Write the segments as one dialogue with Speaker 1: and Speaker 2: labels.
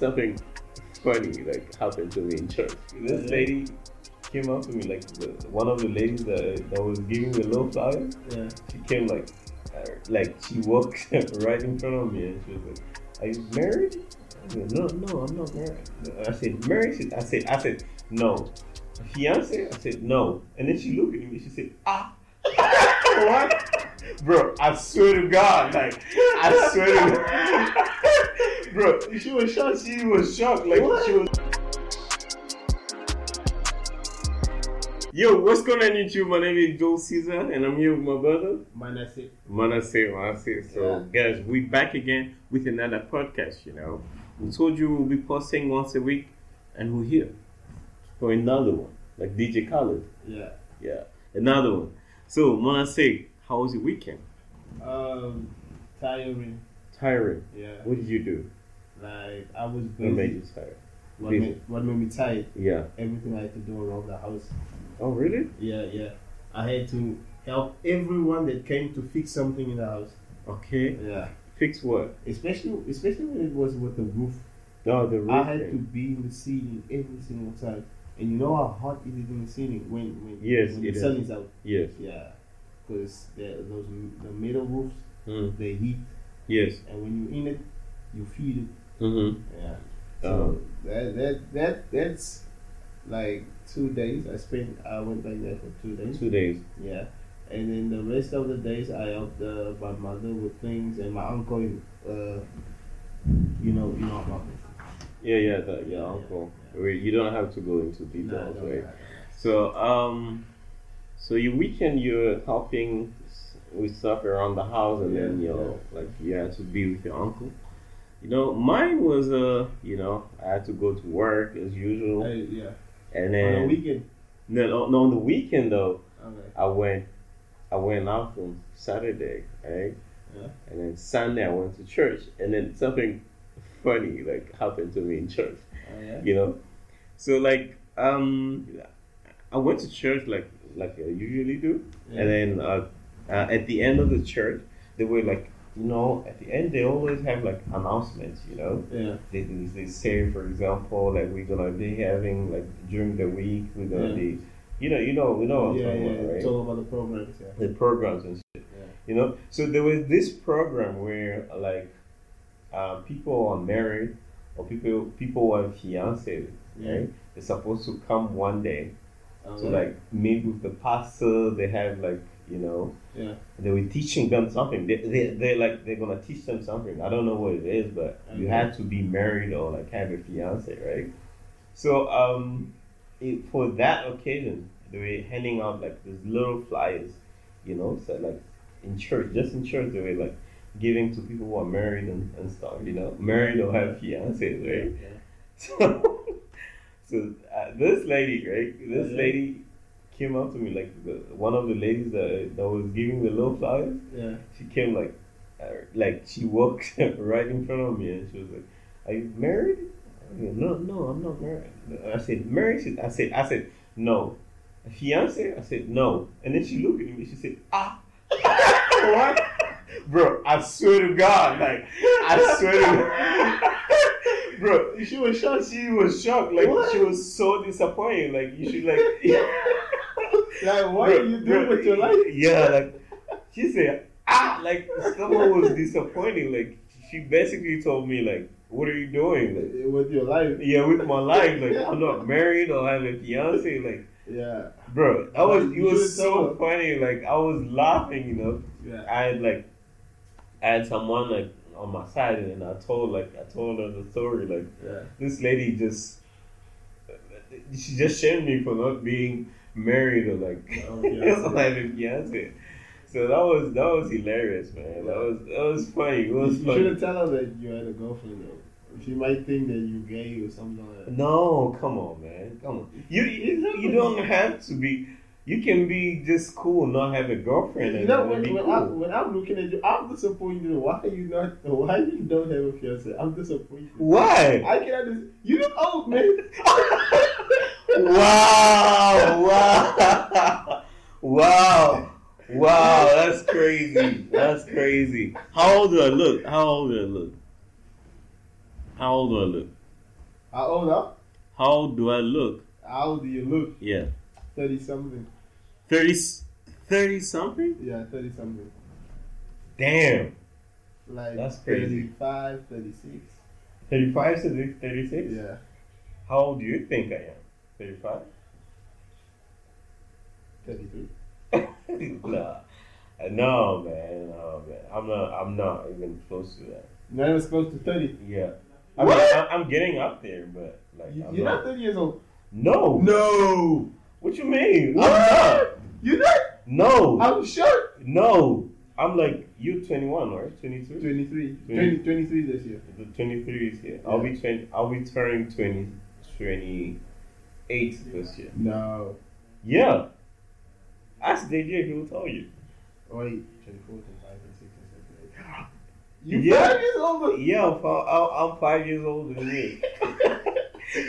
Speaker 1: something funny like happened to me in church. This lady came up to me like the, one of the ladies that, that was giving the low flowers.
Speaker 2: Yeah.
Speaker 1: She came like, uh, like she walked right in front of me and she was like, "Are you married?" I said, "No, no, I'm not married." I said, "Married?" She- I said, "I said no." Fiance? I said no. And then she looked at me. She said, "Ah, what?" Bro, I swear to God, like I swear to God, bro, she was shocked. She was shocked. Like she was. Yo, what's going on YouTube? My name is Joel Caesar, and I'm here with my brother
Speaker 2: Minus it.
Speaker 1: Manasseh. Manasseh. So, guys, we back again with another podcast. You know, we told you we'll be posting once a week, and we're here for another one, like DJ Khaled.
Speaker 2: Yeah.
Speaker 1: Yeah, another one. So, Manasseh, how was your weekend?
Speaker 2: Um, tiring.
Speaker 1: Tiring.
Speaker 2: Yeah.
Speaker 1: What did you do?
Speaker 2: Like I was
Speaker 1: What made
Speaker 2: busy.
Speaker 1: you tired?
Speaker 2: What made, what made me tired?
Speaker 1: Mm-hmm. Yeah.
Speaker 2: Everything I had to do around the house.
Speaker 1: Oh, really?
Speaker 2: Yeah, yeah. I had to help everyone that came to fix something in the house.
Speaker 1: Okay.
Speaker 2: Yeah.
Speaker 1: Fix what?
Speaker 2: Especially, especially when it was with the roof.
Speaker 1: No, the
Speaker 2: I
Speaker 1: roof.
Speaker 2: had to
Speaker 1: thing.
Speaker 2: be in the ceiling every single time. And you know how hot it is in the ceiling when when,
Speaker 1: Yes,
Speaker 2: when
Speaker 1: it
Speaker 2: the sun
Speaker 1: is.
Speaker 2: is out.
Speaker 1: Yes.
Speaker 2: Yeah. Because those the metal roofs
Speaker 1: Mm.
Speaker 2: they heat,
Speaker 1: Yes.
Speaker 2: and when you're in it, you feel it.
Speaker 1: Mm-hmm.
Speaker 2: Yeah. So
Speaker 1: Um,
Speaker 2: that that that that's like two days. I spent I went like that for two days.
Speaker 1: two days.
Speaker 2: Yeah. And then the rest of the days I helped uh, my mother with things and my uncle uh you know you know about me.
Speaker 1: Yeah, yeah, that, yeah,
Speaker 2: Yeah,
Speaker 1: uncle.
Speaker 2: yeah.
Speaker 1: Wait, you don't have to go into
Speaker 2: No, I
Speaker 1: details,
Speaker 2: don't
Speaker 1: right?
Speaker 2: know.
Speaker 1: So, um, so your weekend you're helping s- with stuff around the house, and then
Speaker 2: Yeah,
Speaker 1: you know, like you had to be with your uncle. You know, mine was uh, you know, I had to go to work as usual,
Speaker 2: I, yeah.
Speaker 1: and
Speaker 2: On the
Speaker 1: then
Speaker 2: weekend.
Speaker 1: no, no, no, on the weekend though,
Speaker 2: Okay.
Speaker 1: I went, I went out on Saturday, right?
Speaker 2: Yeah.
Speaker 1: And then Sunday I went to church, and then something funny like happened to me in church
Speaker 2: Oh, yeah.
Speaker 1: you know so like um i went to church like like i usually do
Speaker 2: Yeah.
Speaker 1: and then uh, uh, at the end of the church they were like you know at the end they always have like announcements you know
Speaker 2: Yeah.
Speaker 1: they, they say for example like we're gonna be having like during the week we're gonna
Speaker 2: Yeah.
Speaker 1: be you know you know we know what I'm
Speaker 2: yeah,
Speaker 1: talking
Speaker 2: yeah.
Speaker 1: about, right?
Speaker 2: It's all about the programs, yeah.
Speaker 1: the programs and shit.
Speaker 2: Yeah.
Speaker 1: You know, so there was this program where like uh, people are married or people people are fiancé,
Speaker 2: Yeah.
Speaker 1: right? They're supposed to come one day.
Speaker 2: Oh,
Speaker 1: So
Speaker 2: yeah.
Speaker 1: like meet with the pastor. They have like you know
Speaker 2: Yeah.
Speaker 1: they were teaching them something. They they they're like they're gonna teach them something. I don't know what it is, but you
Speaker 2: Okay.
Speaker 1: have to be married or like have a fiance, right? So um, it, for that occasion, they were handing out like these little flyers, you know, so like in church, just in church, they were like giving to people who are married and, and stuff, you know, married or have fiancés, right?
Speaker 2: Yeah.
Speaker 1: So, so uh, this lady, right? This
Speaker 2: Yeah.
Speaker 1: lady came up to me like the, one of the ladies that, that was giving the little flowers.
Speaker 2: Yeah.
Speaker 1: She came like, uh, like she walked right in front of me and she was like, "Are you married?" I said, no, no, I'm not married. I said, "Married?" She, I said, "I said no." Fiance? I said no. And then she looked at me. She said, "Ah, what?" Bro, I swear to God, like I swear to God. Bro, she was shocked. She was shocked. Like
Speaker 2: What?
Speaker 1: she was so disappointed. Like you should like.
Speaker 2: Like what
Speaker 1: Bro,
Speaker 2: do you do
Speaker 1: bro,
Speaker 2: with your life?
Speaker 1: Yeah, like she said, ah, like someone was disappointed. Like she basically told me, like, what are you doing? Like,
Speaker 2: With your life.
Speaker 1: yeah, with my life, like I'm not married or have a fiance. Like,
Speaker 2: Yeah.
Speaker 1: bro, I was it
Speaker 2: You
Speaker 1: was
Speaker 2: should tell
Speaker 1: so
Speaker 2: her.
Speaker 1: funny. Like I was laughing, you know.
Speaker 2: Yeah.
Speaker 1: I had like I had someone like on my side, and I told like I told her the story. Like
Speaker 2: Yeah.
Speaker 1: this lady just she just shamed me for not being married or like
Speaker 2: Oh, yeah.
Speaker 1: or having fiance. So that was that was hilarious, man. That was that was funny. It was
Speaker 2: you
Speaker 1: funny.
Speaker 2: shouldn't tell her that you had a girlfriend though. She might think that you gay or something like that.
Speaker 1: No, come on, man, come on. You you, you don't have to be. You can be just cool, not have a girlfriend,
Speaker 2: You
Speaker 1: and
Speaker 2: know
Speaker 1: it would
Speaker 2: when,
Speaker 1: be
Speaker 2: when,
Speaker 1: cool.
Speaker 2: I'm, when I'm looking at you, I'm disappointed. Why you not? Why you don't have a fiance? I'm disappointed.
Speaker 1: Why?
Speaker 2: I can understand. You look old, man.
Speaker 1: Wow! Wow! Wow! Wow! That's crazy. That's crazy. How old do I look? How old do I look? How old do I look?
Speaker 2: How old are?
Speaker 3: How do I look?
Speaker 2: How old do you look?
Speaker 3: Yeah.
Speaker 2: Thirty something.
Speaker 3: 30, 30 something?
Speaker 2: Yeah, thirty something.
Speaker 1: Damn.
Speaker 2: Like
Speaker 1: That's crazy.
Speaker 2: 35, 36.
Speaker 1: 35 to 36?
Speaker 2: Yeah.
Speaker 1: How old do you think I am? 35?
Speaker 2: Thirty three.
Speaker 1: nah. Uh, No man, no man. I'm not. I'm not even close to that.
Speaker 2: Not even close to thirty.
Speaker 1: Yeah. I mean,
Speaker 2: What?
Speaker 1: I- I'm getting up there, but like,
Speaker 2: You,
Speaker 1: I'm
Speaker 2: you're
Speaker 1: not.
Speaker 2: not thirty years old.
Speaker 1: No.
Speaker 2: No.
Speaker 1: What you mean?
Speaker 2: What?
Speaker 1: I'm
Speaker 2: You're not.
Speaker 1: not. No.
Speaker 2: I'm sure.
Speaker 1: no. I'm like you, 21 or 22.
Speaker 2: 23.
Speaker 1: Yeah.
Speaker 2: 20, 23 this year.
Speaker 1: The 23 is here. I'll be 20. I'll be turning 20, 28 this year.
Speaker 2: No.
Speaker 1: Yeah. Ask DJ. He will tell you.
Speaker 2: Oh, Wait. 24, 25, 26, 27, 28. Ah! You
Speaker 1: Yeah.
Speaker 2: five years older.
Speaker 1: Yeah, I'm, fi- I'm, I'm five years older than you.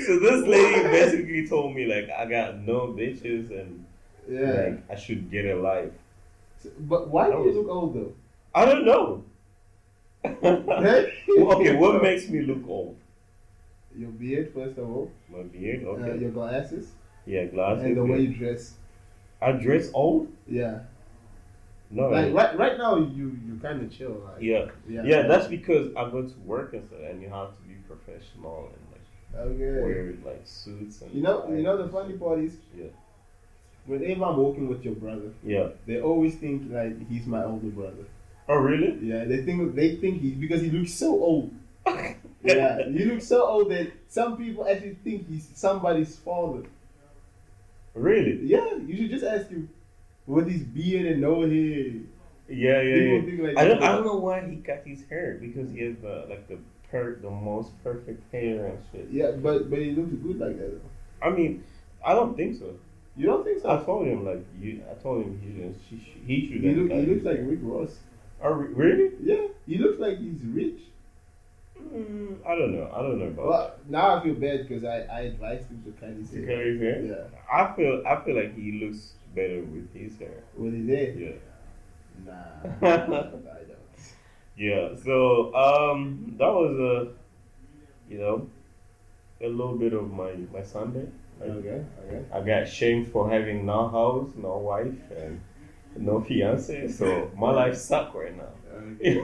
Speaker 1: so this lady basically told me like I got no bitches and
Speaker 2: Yeah.
Speaker 1: like I should get a life.
Speaker 2: So- But why do
Speaker 1: That
Speaker 2: you
Speaker 1: was-
Speaker 2: look older?
Speaker 1: I don't know. Well, okay, what
Speaker 2: makes
Speaker 1: makes me look old?
Speaker 2: your beard first of all,
Speaker 1: My beard,
Speaker 2: uh,
Speaker 1: okay.
Speaker 2: your glasses,
Speaker 1: yeah, glasses.
Speaker 2: and the way
Speaker 1: yeah.
Speaker 2: you dress.
Speaker 1: I dress old?
Speaker 2: Yeah.
Speaker 1: No.
Speaker 2: Like
Speaker 1: I-
Speaker 2: right, right now, you you kind of chill. Like,
Speaker 1: yeah.
Speaker 2: Yeah.
Speaker 1: yeah, That's because I go to work and stuff, and you have to be professional and like
Speaker 2: Okay.
Speaker 1: wear like suits and.
Speaker 2: You know, you know the funny part is
Speaker 1: Yeah.
Speaker 2: whenever I'm walking with your brother,
Speaker 1: Yeah.
Speaker 2: they always think like he's my older brother.
Speaker 1: Oh really?
Speaker 2: Yeah, they think they think he because he looks so old. Yeah, he looks so old that some people actually think he's somebody's father.
Speaker 1: Really?
Speaker 2: Yeah, you should just ask him with his beard and no hair.
Speaker 1: Yeah, yeah,
Speaker 2: People
Speaker 1: yeah.
Speaker 2: think like
Speaker 1: I don't,
Speaker 2: that.
Speaker 1: I don't know why he got his hair because he has the like the per the most perfect hair and shit.
Speaker 2: Yeah, but but he looks good like that. Though.
Speaker 1: I mean, I don't think so.
Speaker 2: You don't think
Speaker 1: I
Speaker 2: so?
Speaker 1: told him like you. I told him he didn't. She, sh he should.
Speaker 2: He, look, he looks like Rick Ross.
Speaker 1: Are we, really?
Speaker 2: Yeah, he looks like he's rich.
Speaker 1: Mm, I don't know. I don't know about
Speaker 2: Well, now I feel bad because I, I advised him to cut his
Speaker 1: that.
Speaker 2: hair.
Speaker 1: Curly hair.
Speaker 2: Yeah,
Speaker 1: I feel. I feel like he looks better with his hair.
Speaker 2: with his hair.
Speaker 1: Yeah.
Speaker 2: Nah, I don't.
Speaker 1: Yeah. So um, that was a, you know, a little bit of my my Sunday. Like,
Speaker 2: Okay, okay.
Speaker 1: I got shamed for having no house, no wife, and no fiance. So my life suck right now.
Speaker 2: okay.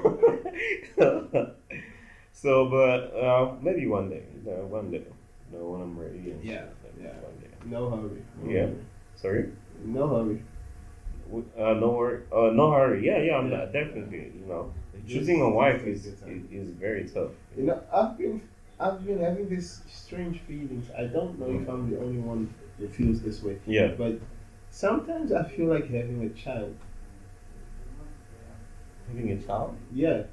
Speaker 1: so, but uh, maybe one day, you know, one day, you know, when I'm ready. And
Speaker 2: Yeah,
Speaker 1: shit, maybe
Speaker 2: yeah.
Speaker 1: One day.
Speaker 2: No hurry. No
Speaker 1: Yeah.
Speaker 2: hurry.
Speaker 1: Sorry.
Speaker 2: No hurry.
Speaker 1: W- Uh, no worry. Uh, no hurry. Yeah, yeah. I'm
Speaker 2: Yeah.
Speaker 1: not definitely. You know,
Speaker 2: Just-
Speaker 1: choosing a wife
Speaker 2: just
Speaker 1: is,
Speaker 2: take your
Speaker 1: is
Speaker 2: time.
Speaker 1: is very tough.
Speaker 2: You know, I've been I've been having these strange feelings. I don't know if I'm the only one that feels this way.
Speaker 1: Yeah.
Speaker 2: But sometimes I feel like having a child.
Speaker 1: Having a child.
Speaker 2: Yeah.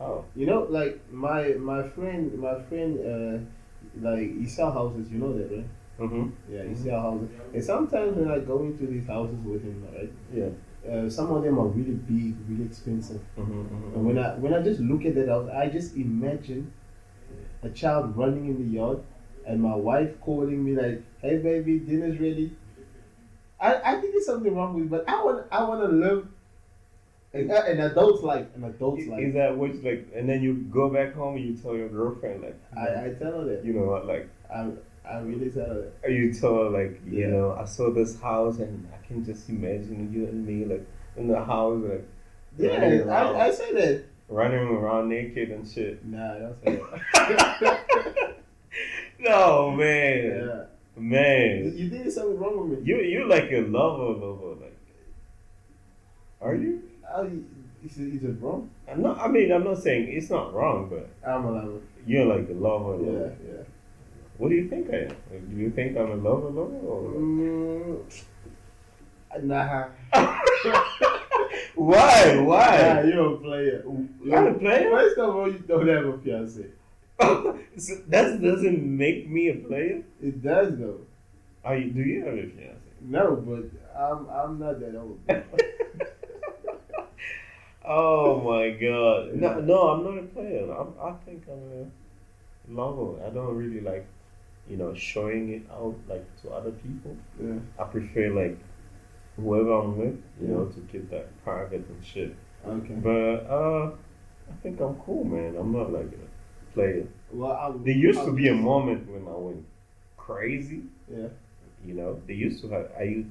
Speaker 1: Oh.
Speaker 2: You know, like my my friend, my friend, uh, like he sell houses. You know that, right?
Speaker 1: Mm-hmm.
Speaker 2: Yeah, he sell houses. And sometimes when I go into these houses with him, right?
Speaker 1: Yeah.
Speaker 2: Uh, some of them are really big, really expensive. And
Speaker 1: Mm-hmm.
Speaker 2: when I when I just look at that house, I just imagine a child running in the yard, and my wife calling me like, "Hey, baby, dinner's ready." I, I think there's something wrong with, but I want I want to live an, an adult life, an adult
Speaker 1: Is
Speaker 2: life.
Speaker 1: that what you like? And then you go back home and you tell your girlfriend like,
Speaker 2: I, I tell her that.
Speaker 1: you know, what, like.
Speaker 2: I I really tell her.
Speaker 1: Are you tell like you
Speaker 2: Yeah.
Speaker 1: know I saw this house and I can just imagine you and me like in the house like running
Speaker 2: Yeah,
Speaker 1: around,
Speaker 2: I, I say that.
Speaker 1: running around naked and shit.
Speaker 2: Nah, I don't say that.
Speaker 1: No man,
Speaker 2: yeah. You,
Speaker 1: man,
Speaker 2: you think there's something wrong with me?
Speaker 1: you you like a lover lover like. Are you?
Speaker 2: I, is, it, is it wrong?
Speaker 1: I'm not. I mean, I'm not saying it's not wrong, but
Speaker 2: I'm a lover.
Speaker 1: you're like a lover
Speaker 2: Yeah,
Speaker 1: lover.
Speaker 2: yeah.
Speaker 1: What do you think I am? Like, do you think I'm a lover lover or
Speaker 2: Mm, nah.
Speaker 1: why?
Speaker 2: Nah,
Speaker 1: Why?
Speaker 2: you're a player.
Speaker 1: I'm a player.
Speaker 2: First of all, you don't have a fiance.
Speaker 1: So that doesn't make me a player.
Speaker 2: It does though.
Speaker 1: Are you, do you have a fiance?
Speaker 2: No, but I'm I'm not that old.
Speaker 1: Oh my god!
Speaker 2: Yeah.
Speaker 1: No, no, I'm not a player. I'm, I think I'm a lover. I don't really like, you know, showing it out like to other people.
Speaker 2: yeah.
Speaker 1: I prefer like whoever I'm with, you
Speaker 2: Yeah.
Speaker 1: know, to keep that private and shit.
Speaker 2: Okay.
Speaker 1: But uh, I think I'm cool, man. I'm not like a player.
Speaker 2: Well, I'm,
Speaker 1: There used to
Speaker 2: I'm-
Speaker 1: be a moment when I went crazy.
Speaker 2: Yeah.
Speaker 1: You know, they used to have. I,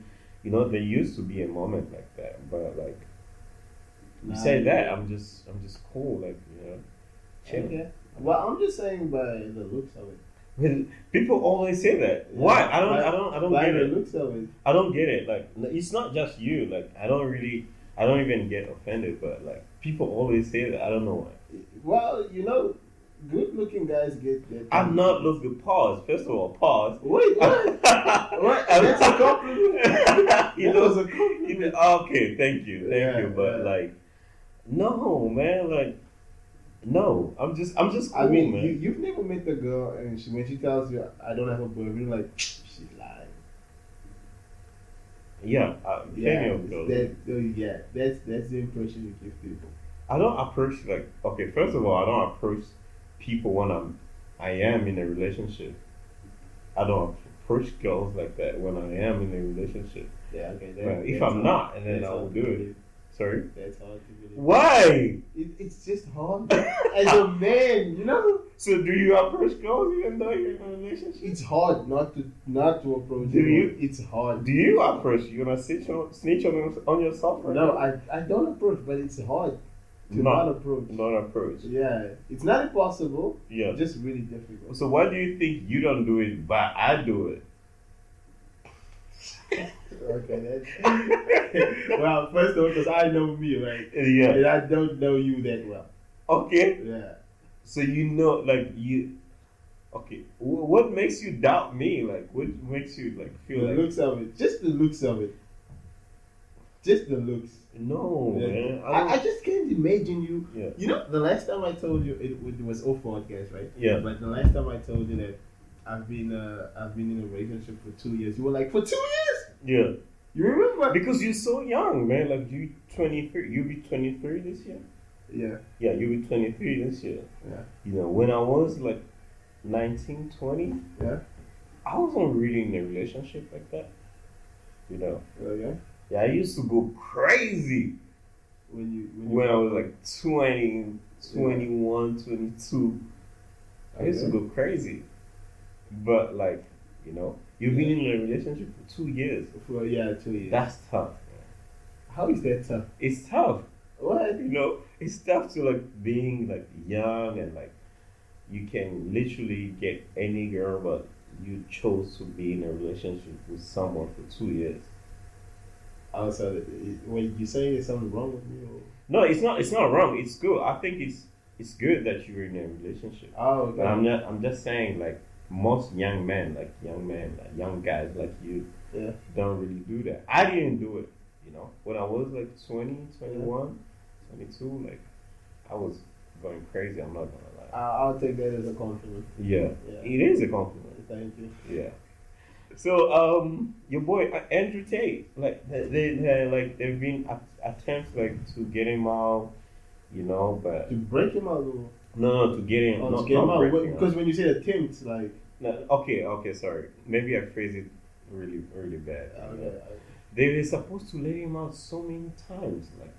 Speaker 1: you know, there used to be a moment like that. But like you
Speaker 2: Nah,
Speaker 1: say that, I'm just, I'm just cool. Like you know, chill.
Speaker 2: Okay. Well, I'm just saying by the looks of it.
Speaker 1: Well, People always say that. Why? I don't, I don't, I don't
Speaker 2: By
Speaker 1: get
Speaker 2: the
Speaker 1: it.
Speaker 2: looks of it.
Speaker 1: I don't get it. Like n- it's not just you. Like I don't really, I don't even get offended. But like people always say that. I don't know why.
Speaker 2: Well, you know, good-looking guys get that.
Speaker 1: I'm not looking. Pause. First of all, pause.
Speaker 2: Wait, what? what? That's a
Speaker 1: you
Speaker 2: compliment. that
Speaker 1: know,
Speaker 2: was a compliment.
Speaker 1: you know, okay, thank you, thank
Speaker 2: Yeah,
Speaker 1: you, but
Speaker 2: yeah.
Speaker 1: like, no, man, like, no, I'm just, I'm just cool,
Speaker 2: I mean,
Speaker 1: man.
Speaker 2: you, you've never met the girl, and she, when she tells you, "I don't have a boyfriend," you're like she's lying.
Speaker 1: yeah, uh, plenty
Speaker 2: Yeah,
Speaker 1: of girls.
Speaker 2: that, oh, yeah, that's that's the impression you give people.
Speaker 1: I don't approach like, okay, first of all, I don't approach people when I'm, I am in a relationship. I don't approach girls like that when I am in a relationship.
Speaker 2: Yeah, okay. That,
Speaker 1: Well, if
Speaker 2: that's
Speaker 1: I'm
Speaker 2: hard-
Speaker 1: not, and then
Speaker 2: that's
Speaker 1: I will
Speaker 2: hard
Speaker 1: do
Speaker 2: to
Speaker 1: it.
Speaker 2: believe.
Speaker 1: Sorry.
Speaker 2: That's hard to believe.
Speaker 1: Why?
Speaker 2: It, it's just hard as a man, you know.
Speaker 1: So do you approach girls even though you're in a relationship?
Speaker 2: It's hard not to not to approach.
Speaker 1: Do
Speaker 2: them.
Speaker 1: you-
Speaker 2: It's hard.
Speaker 1: Do you approach? You're gonna snitch on, snitch on, on yourself right
Speaker 2: No,
Speaker 1: now?
Speaker 2: I I don't approach, but it's hard to
Speaker 1: No.
Speaker 2: not approach.
Speaker 1: Not approach.
Speaker 2: Yeah, it's not impossible.
Speaker 1: Yeah.
Speaker 2: Just really difficult.
Speaker 1: So why do you think you don't do it, but I do it?
Speaker 2: Okay, that's well. First of all, because I know me, right,
Speaker 1: Yeah.
Speaker 2: and I don't know you that well.
Speaker 1: Okay.
Speaker 2: Yeah,
Speaker 1: So you know, like you. Okay. Wh- What makes you doubt me? Like, what makes you like
Speaker 2: the
Speaker 1: feel like
Speaker 2: looks of it, just the looks of it, just the looks.
Speaker 1: no,
Speaker 2: Yeah.
Speaker 1: man? I don't,
Speaker 2: I, I just can't imagine you.
Speaker 1: Yeah.
Speaker 2: You know, the last time I told you, it, it was all podcast, right?
Speaker 1: yeah.
Speaker 2: But the last time I told you that I've been uh, I've been in a relationship for two years, you were like, for two years?
Speaker 1: Yeah.
Speaker 2: You remember?
Speaker 1: Because you're so young, man. Like you, twenty three. You'll be twenty three this year.
Speaker 2: Yeah.
Speaker 1: Yeah, you'll be twenty three this year.
Speaker 2: Yeah.
Speaker 1: You know, when I was like 19, 20,
Speaker 2: Yeah.
Speaker 1: I wasn't really in a relationship like that. You know.
Speaker 2: Okay.
Speaker 1: Yeah, I used to go crazy
Speaker 2: When you when, you,
Speaker 1: when I was like 20, 21, 22. I used to go crazy. But like, you know, you've been in a relationship for two years.
Speaker 2: for yeah two years.
Speaker 1: That's tough. man.
Speaker 2: How is that tough?
Speaker 1: It's tough.
Speaker 2: What?
Speaker 1: You know, it's tough to like being like young and like you can literally get any girl, but you chose to be in a relationship with someone for two years.
Speaker 2: Also, when Oh, you say there's something wrong with me, or
Speaker 1: No, it's not. It's not wrong. It's good. I think it's it's good that you're in a relationship.
Speaker 2: oh,
Speaker 1: But I'm not. I'm just saying, like most young men, like young men, like young guys, like you,
Speaker 2: Yeah.
Speaker 1: don't really do that. I didn't do it. You know, when I was like 20, 21, 22, like I was going crazy. I'm not gonna lie.
Speaker 2: I- I'll take that as a compliment.
Speaker 1: Yeah,
Speaker 2: Yeah.
Speaker 1: it is a compliment.
Speaker 2: Thank you.
Speaker 1: Yeah. So, um, your boy uh, Andrew Tate, like they, they, they like there've been a- attempts like to get him out, you know, but
Speaker 2: To break him out, or
Speaker 1: no, no, to get him,
Speaker 2: or
Speaker 1: not,
Speaker 2: Oh, to get him
Speaker 1: not
Speaker 2: out,
Speaker 1: breaking up.
Speaker 2: because when you say attempt, like
Speaker 1: No, okay, okay, sorry. Maybe I phrased it really, really bad.
Speaker 2: okay,
Speaker 1: They were supposed to let him out so many times, like,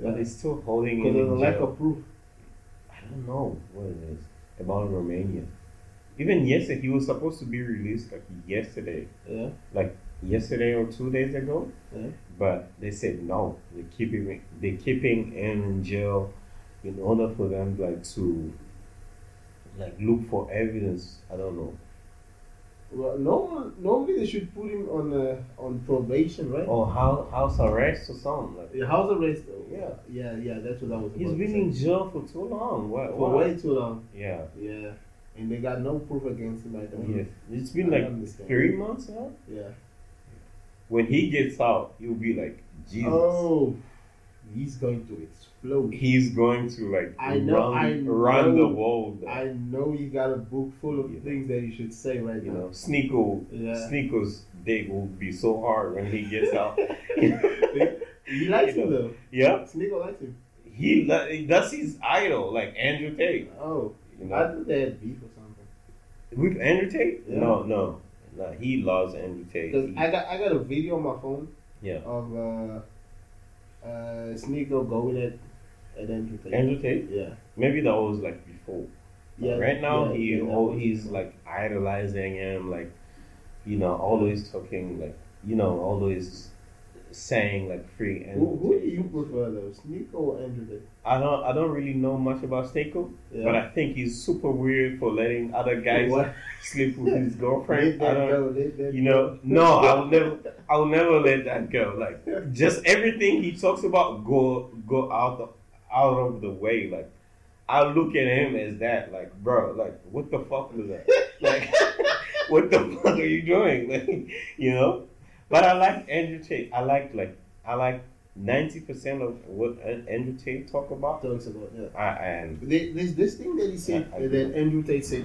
Speaker 1: but
Speaker 2: yeah.
Speaker 1: they're still holding him.
Speaker 2: because of the
Speaker 1: In
Speaker 2: lack
Speaker 1: jail.
Speaker 2: of proof.
Speaker 1: I don't know what it is about Romania. Even yesterday, he was supposed to be released like yesterday,
Speaker 2: Yeah.
Speaker 1: yesterday or two days ago.
Speaker 2: Yeah.
Speaker 1: But they said no. They keep him. They keeping him in jail in order for them like to like look for evidence. I don't know.
Speaker 2: Well, normal, normally they should put him on uh, on probation, right?
Speaker 1: Or how house arrest or something. Like,
Speaker 2: Yeah, house arrest.
Speaker 1: Yeah.
Speaker 2: yeah, yeah. That's what I was.
Speaker 1: He's
Speaker 2: about
Speaker 1: been
Speaker 2: to
Speaker 1: in
Speaker 2: say.
Speaker 1: jail for too long. Why?
Speaker 2: for
Speaker 1: why?
Speaker 2: way too long.
Speaker 1: Yeah.
Speaker 2: Yeah, and they got no proof against him. I don't.
Speaker 1: Yes. It's been
Speaker 2: I
Speaker 1: like
Speaker 2: understand.
Speaker 1: three months now.
Speaker 2: Yeah.
Speaker 1: When he gets out, he'll be like Jesus.
Speaker 2: Oh, he's going to explode.
Speaker 1: He's going to like
Speaker 2: I
Speaker 1: run,
Speaker 2: know- I
Speaker 1: run the
Speaker 2: know-
Speaker 1: world.
Speaker 2: I know you got a book full of
Speaker 1: Yeah.
Speaker 2: things that you should say right
Speaker 1: you
Speaker 2: now.
Speaker 1: know, Sneeko,
Speaker 2: Yeah.
Speaker 1: Sneeko's dick will be so hard when he gets out.
Speaker 2: He likes
Speaker 1: You
Speaker 2: him though.
Speaker 1: yeah,
Speaker 2: Sneaker likes him.
Speaker 1: he li- that's his idol, like Andrew Tate.
Speaker 2: Oh,
Speaker 1: You
Speaker 2: I
Speaker 1: know,
Speaker 2: thought they had beef or something.
Speaker 1: with Andrew Tate?
Speaker 2: Yeah.
Speaker 1: No, no, no. He loves Andrew Tate.
Speaker 2: Because
Speaker 1: He-
Speaker 2: I got I got a video on my phone.
Speaker 1: Yeah.
Speaker 2: Of uh, uh, Sneaker going at at Andrew Tate.
Speaker 1: Andrew Tate.
Speaker 2: Yeah.
Speaker 1: Maybe that was like before.
Speaker 2: Yeah.
Speaker 1: right now
Speaker 2: yeah,
Speaker 1: he
Speaker 2: yeah,
Speaker 1: oh, he's like idolizing him like you know always talking like you know always saying like free and
Speaker 2: Who, who do you prefer though, Sneak or Andrew?
Speaker 1: i don't i don't really know much about Stako,
Speaker 2: Yeah.
Speaker 1: but i think he's super weird for letting other guys
Speaker 2: What?
Speaker 1: sleep with his
Speaker 2: Let
Speaker 1: girlfriend i
Speaker 2: that
Speaker 1: don't
Speaker 2: go. Let that
Speaker 1: you
Speaker 2: go.
Speaker 1: know no i will never i will never let that go like just everything he talks about go go out the, out of the way like i look at him as that like bro like what the fuck is that like what the fuck are you doing like you know but i like andrew tate i like like i like 90% of what An- andrew tate talk about
Speaker 2: Talks about yeah.
Speaker 1: I, and
Speaker 2: There- There's this thing that he said
Speaker 1: I- I
Speaker 2: that
Speaker 1: do.
Speaker 2: Andrew Tate said.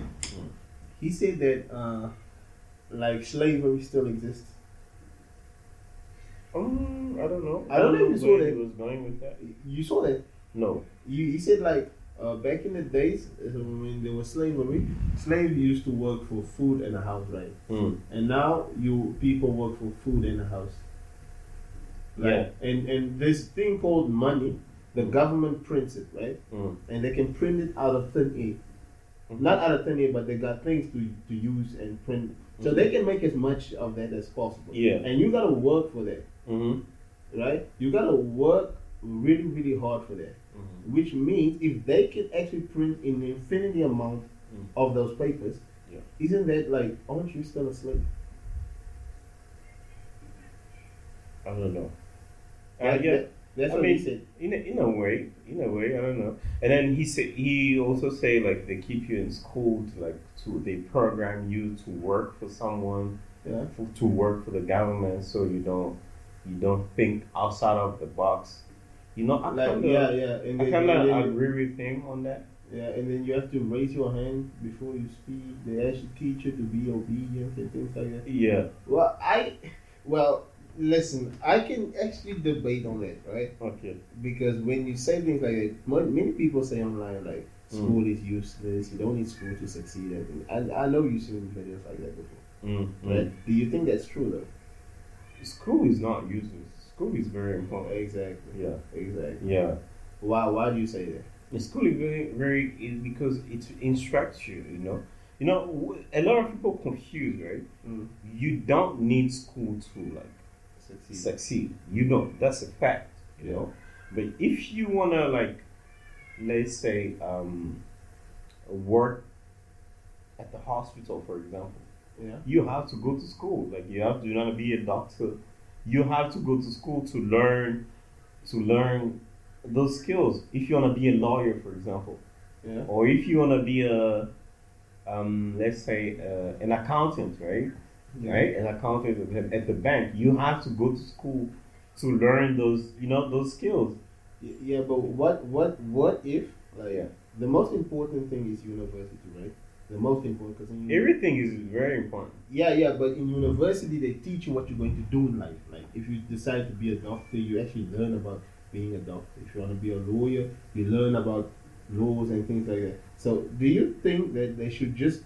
Speaker 2: He said that uh, like slavery still exists.
Speaker 1: um, i don't know
Speaker 2: I don't know if you saw
Speaker 1: where
Speaker 2: that.
Speaker 1: he was going with that
Speaker 2: You saw that.
Speaker 1: no
Speaker 2: You, he said like uh, back in the days uh, when there was slavery, slaves used to work for food and a house, right?
Speaker 1: Hmm.
Speaker 2: And now you people work for food and a house. Right? Yeah. And and this thing called money, the government prints it, right?
Speaker 1: Mm.
Speaker 2: And they can print it out of thin air.
Speaker 1: Mhm.
Speaker 2: Not out of thin air, but they got things to, to use and print. So
Speaker 1: Mhm.
Speaker 2: they can make as much of that as possible.
Speaker 1: Yeah.
Speaker 2: And you gotta work for that,
Speaker 1: mm-hmm.
Speaker 2: right? You gotta work really, really hard for that
Speaker 1: Mm-hmm.
Speaker 2: which means if they can actually print an infinity amount
Speaker 1: Mm.
Speaker 2: of those papers,
Speaker 1: Yeah.
Speaker 2: isn't that like, aren't you still a slave?
Speaker 1: I don't know. Uh,
Speaker 2: Like,
Speaker 1: yeah,
Speaker 2: that- that's
Speaker 1: I
Speaker 2: what
Speaker 1: mean-
Speaker 2: he said.
Speaker 1: in a, in a way, in a way, I don't know. And then he said he also say like they keep you in school to like to they program you to work for someone
Speaker 2: Yeah.
Speaker 1: for, to work for the government, so you don't you don't think outside of the box. You know, I
Speaker 2: Like,
Speaker 1: kind of
Speaker 2: yeah, yeah, and
Speaker 1: I
Speaker 2: then,
Speaker 1: kind
Speaker 2: and
Speaker 1: of
Speaker 2: then-
Speaker 1: agree with him on that.
Speaker 2: yeah, and then you have to raise your hand before you speak. They actually teach you to be obedient and things like that.
Speaker 1: Yeah.
Speaker 2: Well, I, well, listen, I can actually debate on that, right?
Speaker 1: Okay.
Speaker 2: Because when you say things like that, mon- many people say online like
Speaker 1: Mm.
Speaker 2: school is useless. You don't need school to succeed. And I, I know you've seen videos like that before.
Speaker 1: Mm,
Speaker 2: Right?
Speaker 1: mm.
Speaker 2: Do you think that's true though?
Speaker 1: School is not useless. School is very important.
Speaker 2: Exactly.
Speaker 1: Yeah.
Speaker 2: Exactly.
Speaker 1: Yeah.
Speaker 2: Why why do you say that?
Speaker 1: It's cool, it's very, very it, because it instructs you. You know, you know, w- a lot of people confuse, right?
Speaker 2: Mm.
Speaker 1: You don't need school to like
Speaker 2: Succeed.
Speaker 1: succeed. You don't. That's a fact. You know, but if you wanna like, let's say, um, work at the hospital, for example,
Speaker 2: Yeah.
Speaker 1: you have to go to school. Like you have to you wanna be a doctor, you have to go to school to learn, to learn those skills. If you wanna be a lawyer, for example
Speaker 2: Yeah.
Speaker 1: or if you want to be a um, let's say uh, an accountant right
Speaker 2: Yeah.
Speaker 1: right an accountant at the- at the bank you have to go to school to learn those you know those skills
Speaker 2: Y- Yeah, but what what what if like
Speaker 1: Yeah.
Speaker 2: the most important thing is university, right? The most important because in uni-
Speaker 1: everything is very important
Speaker 2: yeah, yeah, but in university they teach you what you're going to do in life. Like if you decide to be a doctor, you actually learn about being a doctor. If you want to be a lawyer, you learn about laws and things like that. So do you think that they should just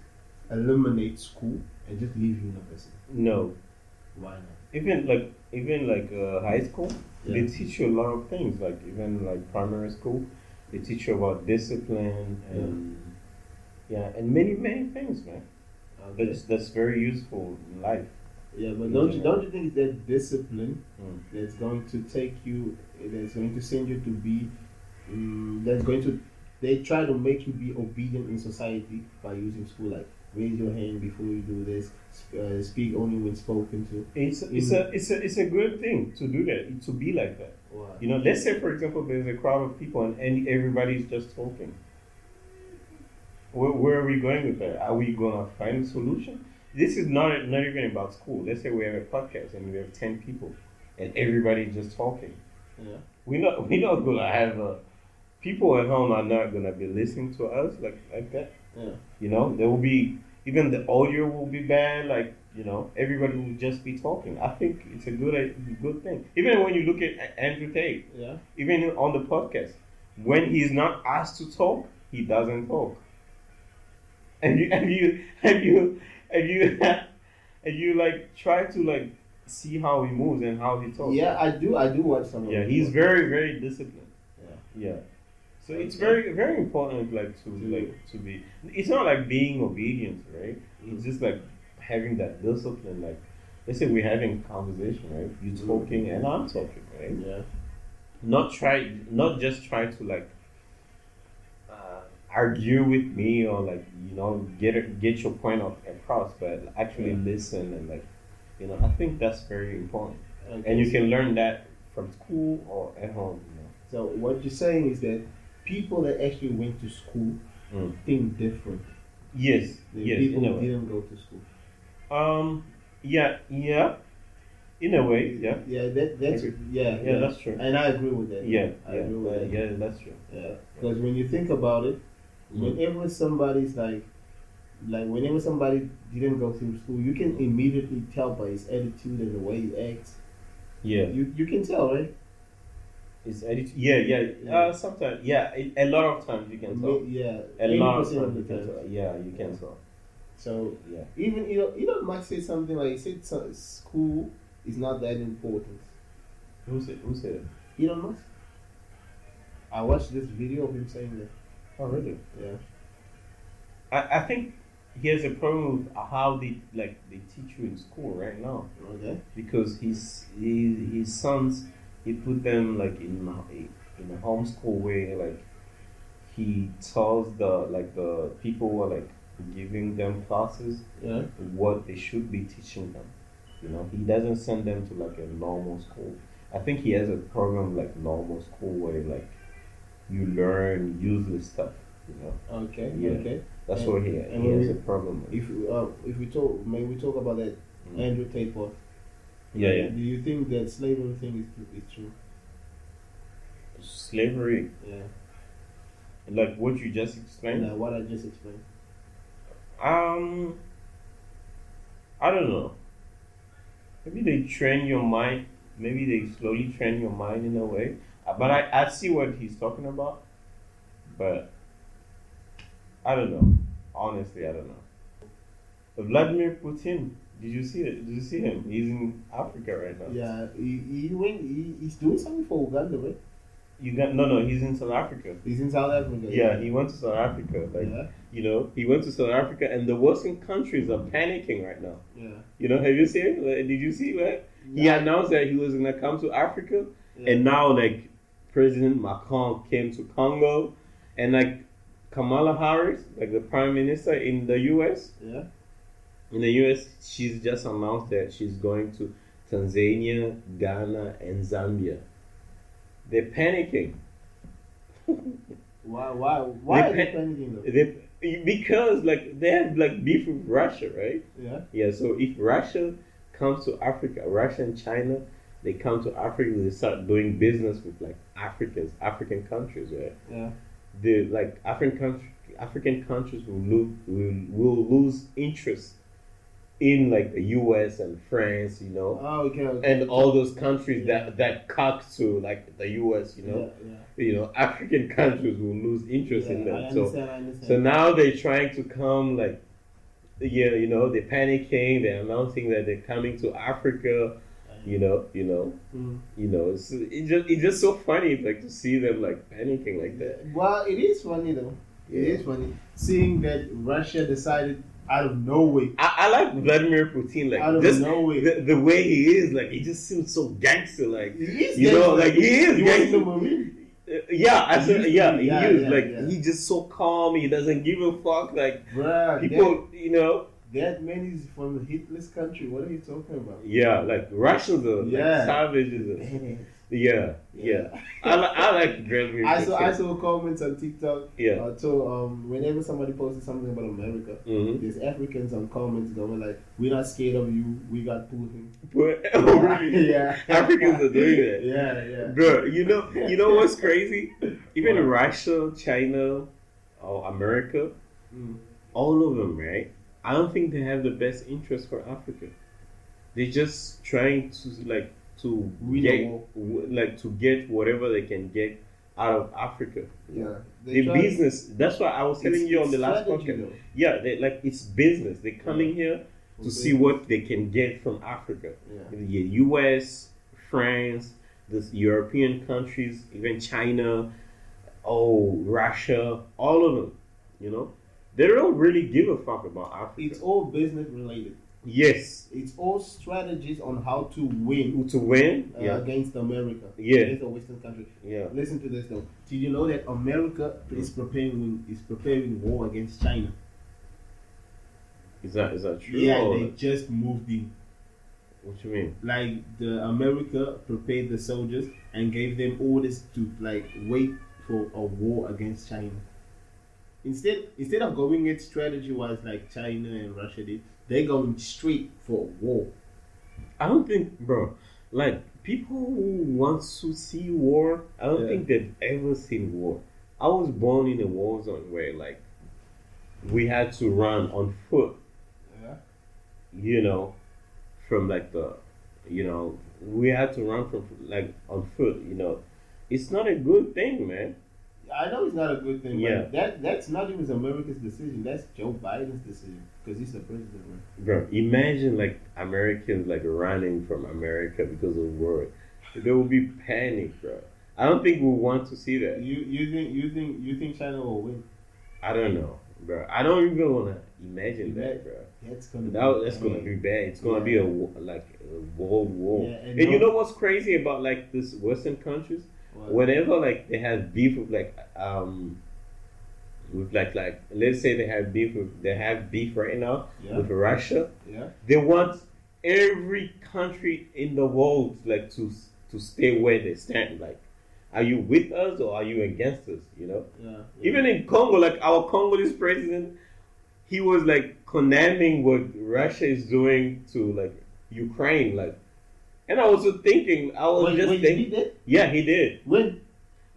Speaker 2: eliminate school and just leave university?
Speaker 1: no
Speaker 2: Why not?
Speaker 1: even like even like uh, high school
Speaker 2: Yeah.
Speaker 1: they teach you a lot of things like even like primary school they teach you about discipline and yeah, and many many things man that's that's very useful in life
Speaker 2: Yeah, but don't you don't you think it's that discipline
Speaker 1: Mm.
Speaker 2: that's going to take you that's going to send you to be mm that's going to they try to make you be obedient in society by using school like raise your hand before you do this sp- uh, speak only when spoken to
Speaker 1: It's it's a it's a it's a good thing to do that to be like that.
Speaker 2: or
Speaker 1: You know, let's say for example, there's a crowd of people and any, everybody's just talking. Where, where are we going with that? Are we gonna find a solution? This is not not even about school. Let's say we have a podcast and we have ten people, and everybody's just talking.
Speaker 2: Yeah.
Speaker 1: We're not we're not gonna have a, people at home are not gonna be listening to us like like that.
Speaker 2: Yeah.
Speaker 1: You know, there will be even the audio will be bad. Like you know, everybody will just be talking. I think it's a good a good thing. Even when you look at A- Andrew Tate,
Speaker 2: yeah
Speaker 1: even on the podcast, when he's not asked to talk, he doesn't talk. And you have you have you have you have you like try to like see how he moves and how he talks.
Speaker 2: yeah I do I do watch some of
Speaker 1: yeah.
Speaker 2: it.
Speaker 1: He's very very disciplined.
Speaker 2: Yeah.
Speaker 1: Yeah. So it's very very important like to like to be it's not like being obedient, right?
Speaker 2: Mm.
Speaker 1: It's just like having that discipline, like let's say we're having conversation, right? You
Speaker 2: Mhm.
Speaker 1: talking and I'm talking, right?
Speaker 2: Yeah.
Speaker 1: Not try not just try to like uh, argue with me or like you know get it- get your point of across but actually listen and like you know i think that's very important
Speaker 2: Okay.
Speaker 1: and you can learn that from school or at home you know
Speaker 2: So what you're saying is that people that actually went to school
Speaker 1: Mm.
Speaker 2: think different.
Speaker 1: Yes,
Speaker 2: than
Speaker 1: yes,
Speaker 2: people
Speaker 1: in a
Speaker 2: who
Speaker 1: way.
Speaker 2: didn't go to school.
Speaker 1: Um, yeah, yeah, in a way, yeah,
Speaker 2: Yeah, that that's
Speaker 1: Agree.
Speaker 2: yeah,
Speaker 1: yeah, that's true.
Speaker 2: and I agree with that.
Speaker 1: Yeah,
Speaker 2: I
Speaker 1: yeah,
Speaker 2: agree with
Speaker 1: uh,
Speaker 2: that.
Speaker 1: yeah, that's true.
Speaker 2: Yeah, because when you think about it,
Speaker 1: Mm.
Speaker 2: whenever somebody's like, like whenever somebody didn't go through school, you can immediately tell by his attitude and the way he acts.
Speaker 1: Yeah,
Speaker 2: You you can tell, right?
Speaker 1: it's edit. Yeah, yeah. Uh, sometimes, yeah, a, a lot of times you can tell.
Speaker 2: Ma- Yeah,
Speaker 1: A lot of times
Speaker 2: 80%
Speaker 1: you
Speaker 2: of the
Speaker 1: can
Speaker 2: time.
Speaker 1: tell. Yeah, you can tell.
Speaker 2: So
Speaker 1: Yeah,
Speaker 2: even you know, Elon Musk said something like he said so- school is not that important.
Speaker 1: who said? Who said it?
Speaker 2: Elon Musk. I watched this video of him saying that.
Speaker 1: Oh, really?
Speaker 2: Yeah.
Speaker 1: I, I think here's a problem with how they like they teach you in school right now
Speaker 2: Okay.
Speaker 1: because his his, his sons he put them like in a- in a homeschool way like he tells the like the people who are like giving them classes
Speaker 2: Yeah.
Speaker 1: what they should be teaching them you know he doesn't send them to like a normal school i think he has a program like normal school where like you learn useless stuff you know
Speaker 2: Okay.
Speaker 1: Yeah.
Speaker 2: Okay.
Speaker 1: that's
Speaker 2: And-
Speaker 1: what he,
Speaker 2: and
Speaker 1: he
Speaker 2: when
Speaker 1: has a
Speaker 2: we-
Speaker 1: problem with
Speaker 2: If uh, if we talk, may we talk about that
Speaker 1: Mm.
Speaker 2: Andrew Tate part?
Speaker 1: yeah yeah
Speaker 2: Do you think that slavery thing is, is true?
Speaker 1: slavery
Speaker 2: Yeah.
Speaker 1: like what you just explained
Speaker 2: Like uh, what I just explained.
Speaker 1: Um, I don't know. Maybe they train your mind. Maybe they slowly train your mind in a way. Uh, But I, I see what he's talking about. But I don't know. Honestly, I don't know. Vladimir Putin. Did you see it? Did you see him? He's in Africa right now.
Speaker 2: Yeah. He, he went. He, he's doing something for Uganda, right?
Speaker 1: You got no, no. He's in South Africa.
Speaker 2: He's in South Africa.
Speaker 1: Yeah, he went to South Africa. Like
Speaker 2: yeah.
Speaker 1: you know, he went to South Africa, and the Western countries are panicking right now.
Speaker 2: Yeah.
Speaker 1: You know, have you seen? it? Like, did you see that? He announced that he was gonna come to Africa,
Speaker 2: Yeah.
Speaker 1: and now like President Macron came to Congo, and like Kamala Harris, like the Prime Minister in the U.S.
Speaker 2: Yeah.
Speaker 1: In the U.S., she's just announced that she's going to Tanzania, Ghana, and Zambia. They're panicking.
Speaker 2: Why? Why? Why are
Speaker 1: They
Speaker 2: they panicking though?
Speaker 1: They because like they have like beef with Russia, right?
Speaker 2: Yeah.
Speaker 1: Yeah, so if Russia comes to Africa, Russia and China, they come to Africa, they start doing business with like Africans, African countries, right?
Speaker 2: Yeah.
Speaker 1: The like African country, African countries will lose will, will lose interest in like the U.S. and France, you know,
Speaker 2: Oh, okay. okay.
Speaker 1: and all those countries that that cock to like the U.S. You know,
Speaker 2: Yeah.
Speaker 1: you know, African countries will lose
Speaker 2: Yeah.
Speaker 1: interest
Speaker 2: yeah
Speaker 1: in
Speaker 2: I
Speaker 1: them. So
Speaker 2: understand. I understand.
Speaker 1: so now they're trying to come like, yeah, you know, they're panicking. They're announcing that they're coming to Africa. You know, you know,
Speaker 2: Mm.
Speaker 1: you know. It's, it's just it's just so funny like to see them like panicking like that.
Speaker 2: Well, it is funny though. It
Speaker 1: Yeah.
Speaker 2: is funny seeing that Russia decided out of nowhere,
Speaker 1: I, I like Vladimir Putin
Speaker 2: out
Speaker 1: like
Speaker 2: of
Speaker 1: just
Speaker 2: nowhere.
Speaker 1: the, the way he is like he just seems so gangster like.
Speaker 2: He is
Speaker 1: You
Speaker 2: gay,
Speaker 1: know,
Speaker 2: but
Speaker 1: like he is
Speaker 2: you watch the
Speaker 1: gangster.
Speaker 2: movie.
Speaker 1: Uh, Yeah, I said, yeah, he
Speaker 2: Yeah,
Speaker 1: is
Speaker 2: yeah,
Speaker 1: like
Speaker 2: yeah.
Speaker 1: he just so calm. He doesn't give a fuck. Like
Speaker 2: Bruh, that,
Speaker 1: people, you know,
Speaker 2: that man is from a hitless country. What are you talking about?
Speaker 1: yeah, like Russians are
Speaker 2: Yeah.
Speaker 1: like savages. Are, Yeah, yeah. I, li- I like Vladimir
Speaker 2: I saw I
Speaker 1: Putin.
Speaker 2: saw comments on TikTok.
Speaker 1: Yeah.
Speaker 2: Uh, so um, whenever somebody posted something about America,
Speaker 1: Mm-hmm.
Speaker 2: there's Africans on comments going like, "We're not scared of you. We got Putin."
Speaker 1: Oh,
Speaker 2: yeah.
Speaker 1: Africans are doing that.
Speaker 2: Yeah, yeah.
Speaker 1: Bro, you know, you know what's crazy? Even Russia, China, or America,
Speaker 2: Mm.
Speaker 1: all of them, right? I don't think they have the best interest for Africa. They're just trying to like to
Speaker 2: Win a
Speaker 1: get
Speaker 2: war.
Speaker 1: w- like to get whatever they can get out of Africa.
Speaker 2: Yeah. They
Speaker 1: The
Speaker 2: try-
Speaker 1: business. That's why I was telling
Speaker 2: it's-
Speaker 1: you on
Speaker 2: it's
Speaker 1: the last
Speaker 2: strategy,
Speaker 1: podcast.
Speaker 2: though.
Speaker 1: Yeah, they like it's business. They're coming here to see what they can get from Africa.
Speaker 2: Yeah.
Speaker 1: The U.S., France, the European countries, even China, oh Russia, all of them. You know, they don't really give a fuck about Africa.
Speaker 2: It's all business related.
Speaker 1: yes,
Speaker 2: It's all strategies on how to win
Speaker 1: to win.
Speaker 2: uh,
Speaker 1: Yeah,
Speaker 2: against America,
Speaker 1: Yeah.
Speaker 2: against a Western country.
Speaker 1: yeah.
Speaker 2: Listen to this though. Did you know that America is preparing is preparing war against China?
Speaker 1: Is that is that true?
Speaker 2: Yeah,
Speaker 1: or-
Speaker 2: they just moved in.
Speaker 1: what you mean?
Speaker 2: like the America prepared the soldiers and gave them orders to like wait for a war against China. Instead, instead of going it strategy wise like China and Russia did, they're going straight for war.
Speaker 1: I don't think, bro. Like people who want to see war, I don't
Speaker 2: Yeah.
Speaker 1: think they've ever seen war. I was born in a war zone where like we had to run on foot.
Speaker 2: Yeah.
Speaker 1: You know, from like the, you know, we had to run from like on foot. You know, it's not a good thing, man.
Speaker 2: I know it's not a good thing.
Speaker 1: Yeah.
Speaker 2: but that that's not even America's decision. That's Joe Biden's decision because he's the president. Right?
Speaker 1: Bro, imagine like Americans like running from America because of war. There will be panic, bro. I don't think we want to see that.
Speaker 2: You you think you think you think China will win?
Speaker 1: I don't know, bro. I don't even wanna imagine that, bro.
Speaker 2: That's gonna
Speaker 1: That, that's gonna be bad. It's gonna be a wa- like a world war.
Speaker 2: Yeah,
Speaker 1: and
Speaker 2: and
Speaker 1: you
Speaker 2: no-
Speaker 1: know what's crazy about like this Western countries?
Speaker 2: What?
Speaker 1: Whenever like they have beef with like um with like like let's say they have beef with they have beef right now
Speaker 2: Yeah.
Speaker 1: with Russia,
Speaker 2: Yeah.
Speaker 1: they want every country in the world like to to stay where they stand. Like, are you with us or are you against us? You know.
Speaker 2: Yeah.
Speaker 1: Even in Congo, like our Congolese president, he was like condemning what Russia is doing to like Ukraine, like. And I was just thinking, I was
Speaker 2: Wait,
Speaker 1: just
Speaker 2: wait, he
Speaker 1: thinking,
Speaker 2: did that?
Speaker 1: yeah, he did.
Speaker 2: When?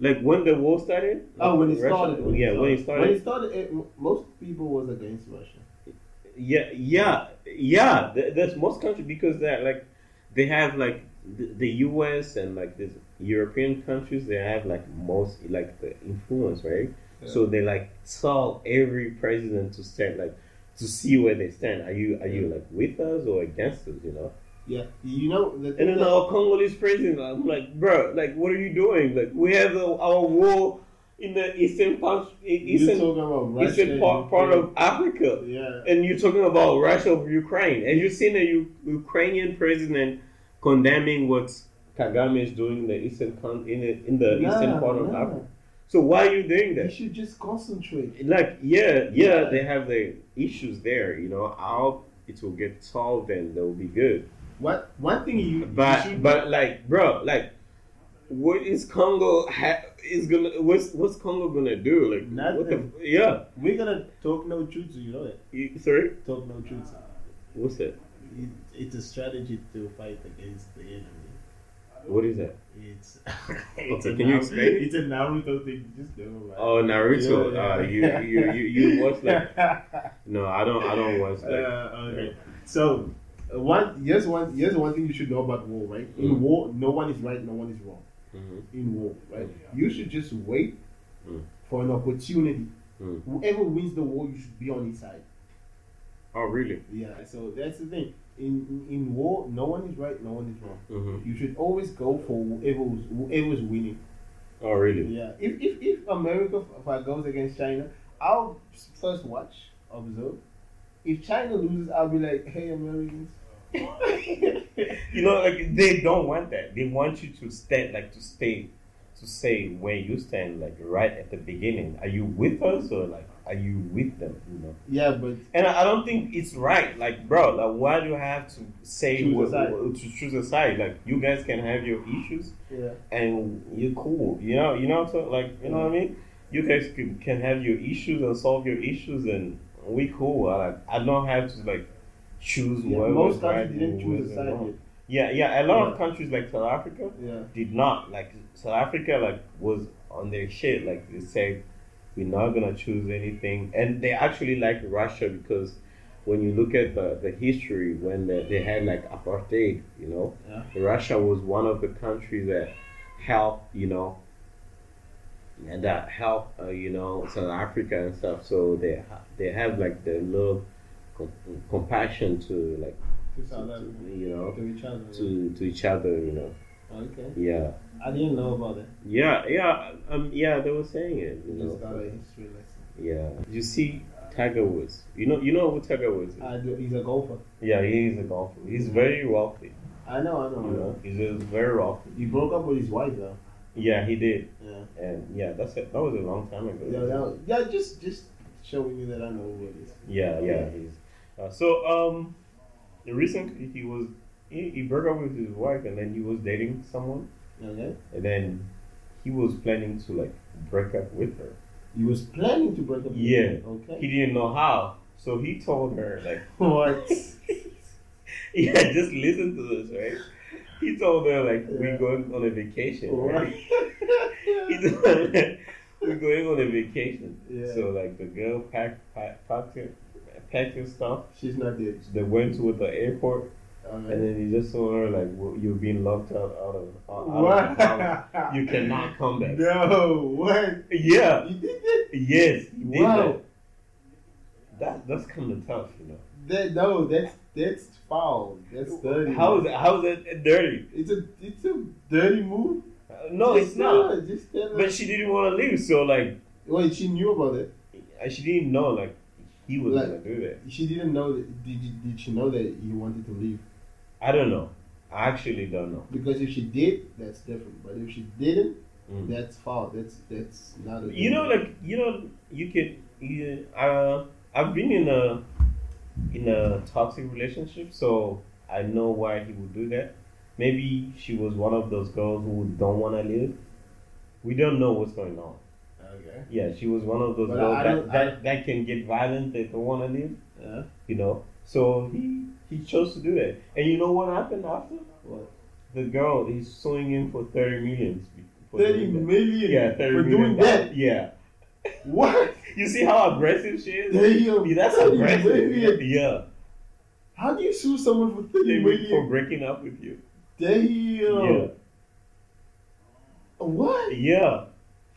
Speaker 1: Like when the war started.
Speaker 2: Oh,
Speaker 1: like,
Speaker 2: when it
Speaker 1: Russia-
Speaker 2: started. it
Speaker 1: yeah, when it started.
Speaker 2: When it started, it, m- most people was against Russia.
Speaker 1: yeah, yeah, yeah. th- There's most countries because they're like, they have like the, the U.S. and like these European countries. They have like most like the influence, right? So they like tell every president to stand like to see where they stand. Are you are you like with us or against us? You know.
Speaker 2: Yeah, you know the
Speaker 1: And
Speaker 2: thing
Speaker 1: then
Speaker 2: that,
Speaker 1: our Congolese president, I'm like, bro, like what are you doing? Like we have the, our war in the eastern part,
Speaker 2: you
Speaker 1: eastern
Speaker 2: talking about Russia.
Speaker 1: eastern part, part of Africa
Speaker 2: yeah,
Speaker 1: and you're talking about Russia over Ukraine, and you've seen a U- Ukrainian president condemning what Kagame is doing in the eastern con- in the, in the eastern
Speaker 2: Nah,
Speaker 1: part of
Speaker 2: nah.
Speaker 1: Africa. So why are you doing
Speaker 2: You
Speaker 1: that?
Speaker 2: should just concentrate.
Speaker 1: Like, yeah, yeah,
Speaker 2: Yeah.
Speaker 1: they have the issues there. You know, how it will get solved and they'll be good.
Speaker 2: What one thing you you
Speaker 1: But
Speaker 2: should,
Speaker 1: but like, bro, like, what is Congo ha- is gonna what's what's Congo gonna do? Like, what the
Speaker 2: Nothing.
Speaker 1: f- yeah.
Speaker 2: we're gonna talk no jutsu. You know that
Speaker 1: You- Sorry,
Speaker 2: talk no jutsu.
Speaker 1: what's that?
Speaker 2: It, it's a strategy to fight against the enemy.
Speaker 1: What is that?
Speaker 2: It's
Speaker 1: Okay, can you
Speaker 2: Naru-
Speaker 1: explain it?
Speaker 2: It's a Naruto thing. Just know about
Speaker 1: Oh, Naruto.
Speaker 2: Yeah,
Speaker 1: Uh, you,
Speaker 2: yeah.
Speaker 1: you you you watch like
Speaker 2: like
Speaker 1: No, I don't. I don't watch
Speaker 2: Uh,
Speaker 1: that.
Speaker 2: okay. So uh, one here's one here's one thing you should know about war, right? In
Speaker 1: Mm.
Speaker 2: war, no one is right, no one is wrong.
Speaker 1: Mhm.
Speaker 2: In war, right? You should just wait
Speaker 1: Mm.
Speaker 2: for an opportunity.
Speaker 1: Mm.
Speaker 2: Whoever wins the war, you should be on his side.
Speaker 1: Oh, really?
Speaker 2: Yeah. So that's the thing. In in- in war, no one is right, no one is wrong.
Speaker 1: hmm
Speaker 2: You should always go for whoever was, whoever's winning.
Speaker 1: Oh, really?
Speaker 2: Yeah. If if if America if I goes against China, I'll first watch, observe. If China loses, I'll be like, hey Americans.
Speaker 1: You know, like they don't want that. They want you to stand, like to stay, to say where you stand, like right at the beginning. Are you with us or like are you with them? You know.
Speaker 2: Yeah, but
Speaker 1: And I I don't think it's right. Like, bro, like why do you have to say
Speaker 2: Choose a
Speaker 1: what-
Speaker 2: side.
Speaker 1: what- to choose a side? Like, you guys can have your issues,
Speaker 2: yeah,
Speaker 1: and you're cool. You know, you know, what I'm saying? like you know what I mean. You guys can, can have your issues and solve your issues, and we cool. I, like, I don't have to like choose
Speaker 2: yeah
Speaker 1: what
Speaker 2: most
Speaker 1: was right
Speaker 2: countries didn't
Speaker 1: and
Speaker 2: choose
Speaker 1: what
Speaker 2: a side
Speaker 1: was wrong.
Speaker 2: yet.
Speaker 1: Yeah, yeah. A lot of
Speaker 2: Yeah.
Speaker 1: countries like South Africa
Speaker 2: Yeah,
Speaker 1: did not like South Africa like was on their shit. Like they said, we're not gonna choose anything, and they actually like Russia because when you look at the, the history when they, they had like apartheid, you know,
Speaker 2: Yeah.
Speaker 1: Russia was one of the countries that helped, you know, and that helped, uh, you know, South Africa and stuff. So they ha- they have like the love, com- compassion to like
Speaker 2: to
Speaker 1: to-
Speaker 2: South Africa,
Speaker 1: to, you know
Speaker 2: to each other.
Speaker 1: to to each other, you know.
Speaker 2: Okay.
Speaker 1: Yeah.
Speaker 2: I didn't know about that.
Speaker 1: Yeah, yeah, um, yeah. They were saying it. You
Speaker 2: Just got a
Speaker 1: know.
Speaker 2: history lesson.
Speaker 1: Yeah. You see, Tiger Woods. You know, you know who Tiger Woods is.
Speaker 2: I do, he's a golfer.
Speaker 1: Yeah, he is a golfer. He's very wealthy.
Speaker 2: I know, I know.
Speaker 1: You
Speaker 2: I know.
Speaker 1: know, he's just very wealthy.
Speaker 2: He broke up with his wife though.
Speaker 1: Yeah, he did,
Speaker 2: Yeah.
Speaker 1: and yeah, that's it. That was a long time ago.
Speaker 2: Yeah, that, yeah just just showing you that I know who it is.
Speaker 1: Yeah, yeah, he's uh, so um, the recent he was he, he broke up with his wife, and then he was dating someone,
Speaker 2: Okay?
Speaker 1: and then he was planning to like break up with her.
Speaker 2: He was planning to break up with
Speaker 1: Yeah.
Speaker 2: her. Okay.
Speaker 1: He didn't know how, so he told her like,
Speaker 2: what?
Speaker 1: yeah, just listen to this, right? He told her like we're
Speaker 2: Yeah.
Speaker 1: going on a vacation, right?
Speaker 2: Right.
Speaker 1: He told her, we're going on a vacation.
Speaker 2: Yeah.
Speaker 1: So like the girl packed packed packed her, packed her stuff.
Speaker 2: She's not dead.
Speaker 1: They went to the airport. And
Speaker 2: Alright.
Speaker 1: then uh, you just saw her like w- you're being locked out out of out of
Speaker 2: What?
Speaker 1: the house. You cannot come back.
Speaker 2: No, what?
Speaker 1: Yeah.
Speaker 2: You did that?
Speaker 1: Yes. You did
Speaker 2: Wow.
Speaker 1: that. that that's kind of tough, you know.
Speaker 2: that? No, that's that's foul. That's dirty.
Speaker 1: How is that, how is that dirty?
Speaker 2: It's a it's a dirty move.
Speaker 1: Uh, No,
Speaker 2: Just
Speaker 1: it's
Speaker 2: tell
Speaker 1: not.
Speaker 2: her, Just tell her.
Speaker 1: But she didn't want to leave, so like
Speaker 2: Wait, she knew about it.
Speaker 1: uh, she didn't know like he was
Speaker 2: Like-
Speaker 1: gonna do that.
Speaker 2: She didn't know. That, did you- did she know that you wanted to leave?
Speaker 1: I don't know. I actually don't know.
Speaker 2: Because if she did, that's different. But if she didn't,
Speaker 1: Mm.
Speaker 2: that's foul. That's that's not. A
Speaker 1: You know, like you know, you can. You, uh, I've been in a in a toxic relationship, so I know why he would do that. Maybe she was one of those girls who don't want to live. We don't know what's going on.
Speaker 2: Okay.
Speaker 1: Yeah, she was one of those
Speaker 2: But
Speaker 1: girls
Speaker 2: I
Speaker 1: that,
Speaker 2: don't-
Speaker 1: that, that can get violent. They don't want to live.
Speaker 2: Yeah.
Speaker 1: You know, so he he chose to do that. And you know what happened after?
Speaker 2: What?
Speaker 1: The girl is suing him for thirty millions. For
Speaker 2: Thirty
Speaker 1: doing that.
Speaker 2: million.
Speaker 1: Yeah, thirty
Speaker 2: for
Speaker 1: million
Speaker 2: doing that.
Speaker 1: Yeah.
Speaker 2: What?
Speaker 1: You see how aggressive she is?
Speaker 2: Damn.
Speaker 1: Yeah, that's
Speaker 2: 30
Speaker 1: aggressive.
Speaker 2: million.
Speaker 1: Yeah.
Speaker 2: How do you sue someone for thirty
Speaker 1: They wait for
Speaker 2: million?
Speaker 1: breaking up with you.
Speaker 2: Damn.
Speaker 1: Yeah.
Speaker 2: What?
Speaker 1: Yeah.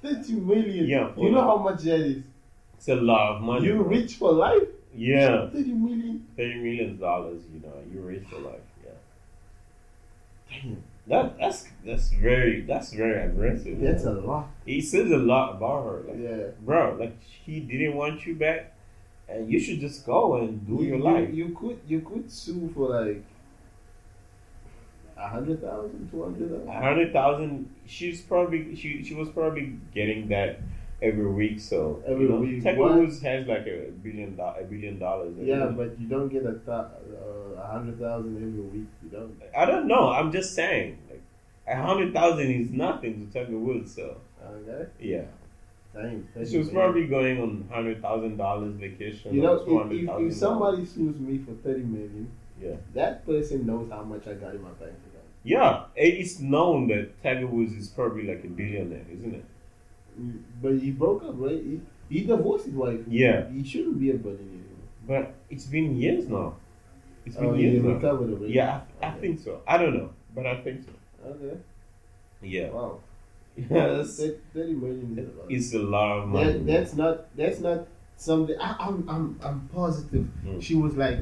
Speaker 2: Thirty million.
Speaker 1: Yeah, for
Speaker 2: You know
Speaker 1: that.
Speaker 2: how much that is.
Speaker 1: It's a lot of money.
Speaker 2: You
Speaker 1: bro.
Speaker 2: rich for life.
Speaker 1: Yeah.
Speaker 2: Thirty million.
Speaker 1: Thirty million dollars, you know, you rich for life. Yeah.
Speaker 2: Damn.
Speaker 1: That that's that's very that's very aggressive.
Speaker 2: That's a lot.
Speaker 1: He says a lot about her. Like
Speaker 2: Yeah.
Speaker 1: bro, like he didn't want you back and you should just go and do your life.
Speaker 2: You could you could sue for like a hundred thousand, two hundred
Speaker 1: A
Speaker 2: thousand.
Speaker 1: hundred thousand she's probably she she was probably getting that every week so
Speaker 2: Every
Speaker 1: you know,
Speaker 2: week,
Speaker 1: Tiger
Speaker 2: what?
Speaker 1: Woods has like a billion do- a billion dollars every
Speaker 2: Yeah,
Speaker 1: week.
Speaker 2: but you don't get a thou- uh, a hundred thousand every week. You don't.
Speaker 1: I don't know. I'm just saying, like, a hundred thousand is nothing to Tiger Woods. So
Speaker 2: Okay.
Speaker 1: yeah,
Speaker 2: Damn.
Speaker 1: she was probably going on hundred thousand dollars vacation.
Speaker 2: You know,
Speaker 1: or
Speaker 2: if, if,
Speaker 1: $200,000.
Speaker 2: if somebody sues me for thirty million,
Speaker 1: Yeah.
Speaker 2: that person knows how much I got in my bank account.
Speaker 1: yeah, it- it's known that Tiger Woods is probably like a billionaire, isn't it?
Speaker 2: Mm, But he broke up, right? He, he divorced his wife.
Speaker 1: Yeah.
Speaker 2: He shouldn't be a billionaire. anymore.
Speaker 1: But it's been years now. It's been
Speaker 2: Oh, he
Speaker 1: years now.
Speaker 2: recovered already.
Speaker 1: Yeah, I, I
Speaker 2: Okay.
Speaker 1: think so. I don't know, but I think so.
Speaker 2: Okay.
Speaker 1: Yeah,
Speaker 2: Wow.
Speaker 1: yes,
Speaker 2: Thir- Thirty million is a lot.
Speaker 1: it's a lot of money.
Speaker 2: That, that's not that's not something. I, I'm I'm I'm positive.
Speaker 1: Mm.
Speaker 2: She was like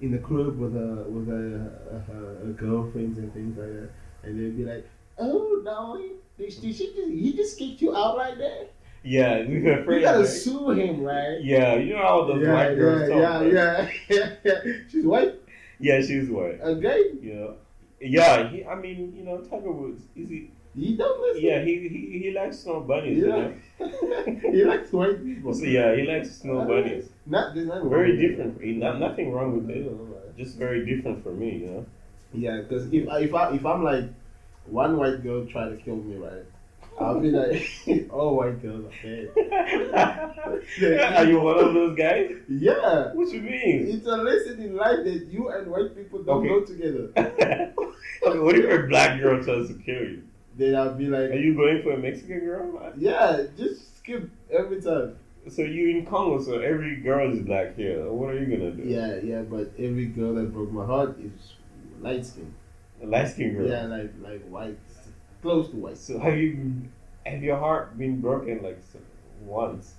Speaker 2: in the crib with her with her, her, her girlfriends and things like that, and they'd be like, "Oh no, he- did she, did she just, he just kicked you out like that?
Speaker 1: yeah, we were
Speaker 2: You
Speaker 1: afraid.
Speaker 2: gotta
Speaker 1: right?
Speaker 2: sue him, right?"
Speaker 1: Yeah, you know how those
Speaker 2: yeah,
Speaker 1: white girls
Speaker 2: yeah,
Speaker 1: talk.
Speaker 2: yeah,
Speaker 1: right?
Speaker 2: yeah, She's white,
Speaker 1: yeah, she's white.
Speaker 2: okay?
Speaker 1: Yeah, yeah. He, I mean, you know, Tiger Woods. Is he?
Speaker 2: He don't listen.
Speaker 1: Yeah, he he, he likes snow bunnies. You know?
Speaker 2: he likes white people.
Speaker 1: So, yeah, he likes snow bunnies.
Speaker 2: Not, there's nothing wrong
Speaker 1: Very
Speaker 2: with that.
Speaker 1: different. He- no- nothing wrong with it.
Speaker 2: Nothing wrong with that.
Speaker 1: Just very different for me. You know.
Speaker 2: Yeah, because if I- if I if I'm like one white girl try to kill me, right? I'll be like, all white girls are bad.
Speaker 1: Are you one of those guys?
Speaker 2: Yeah,
Speaker 1: What you mean?
Speaker 2: it's a lesson in life that you and white people don't
Speaker 1: Okay.
Speaker 2: go together.
Speaker 1: Okay, what if a black girl tries to kill you?
Speaker 2: Then I'll be
Speaker 1: Are
Speaker 2: like,
Speaker 1: you going for a Mexican girl?
Speaker 2: yeah, just skip every time.
Speaker 1: So you in Congo, so every girl is black here. What are you gonna do?
Speaker 2: Yeah, yeah, but every girl that broke my heart is light skinned.
Speaker 1: A light skinned girl.
Speaker 2: Yeah, like like white, close to white.
Speaker 1: So have you have your heart been broken like so- once?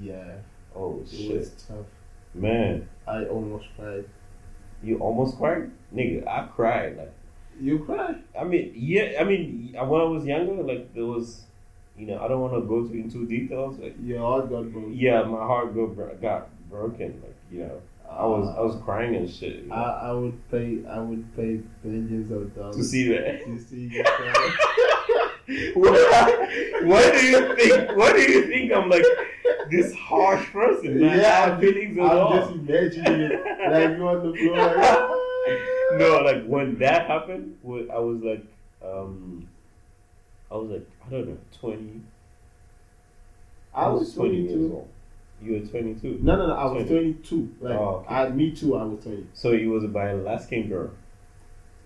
Speaker 2: Yeah,
Speaker 1: Oh
Speaker 2: it
Speaker 1: shit,
Speaker 2: was tough.
Speaker 1: man!
Speaker 2: I almost cried.
Speaker 1: You almost cried, nigga. I cried like
Speaker 2: You cry.
Speaker 1: I mean, yeah. I mean, uh, when I was younger, like there was, you know, I don't want to go too into details. Like,
Speaker 2: Your heart got broken.
Speaker 1: yeah, my heart go, bro- got broken. Like, you know, I was I was crying and shit you know,
Speaker 2: I, I would pay. I would pay vengeance of dollars
Speaker 1: to see that.
Speaker 2: to see you cry.
Speaker 1: what, what do you think? What do you think? I'm like this harsh person, man.
Speaker 2: Yeah,
Speaker 1: I have feelings at
Speaker 2: I'm
Speaker 1: all.
Speaker 2: just imagining it. Like you on the floor. Like,
Speaker 1: no, like when that happened, wh- I was like, um, I was like, I don't know, twenty.
Speaker 2: I was 22.
Speaker 1: old. You were twenty-two.
Speaker 2: No, no, no. I was
Speaker 1: 20.
Speaker 2: 22. Like
Speaker 1: Oh, okay.
Speaker 2: I, me too. I was 20.
Speaker 1: So you was a Alaskan girl.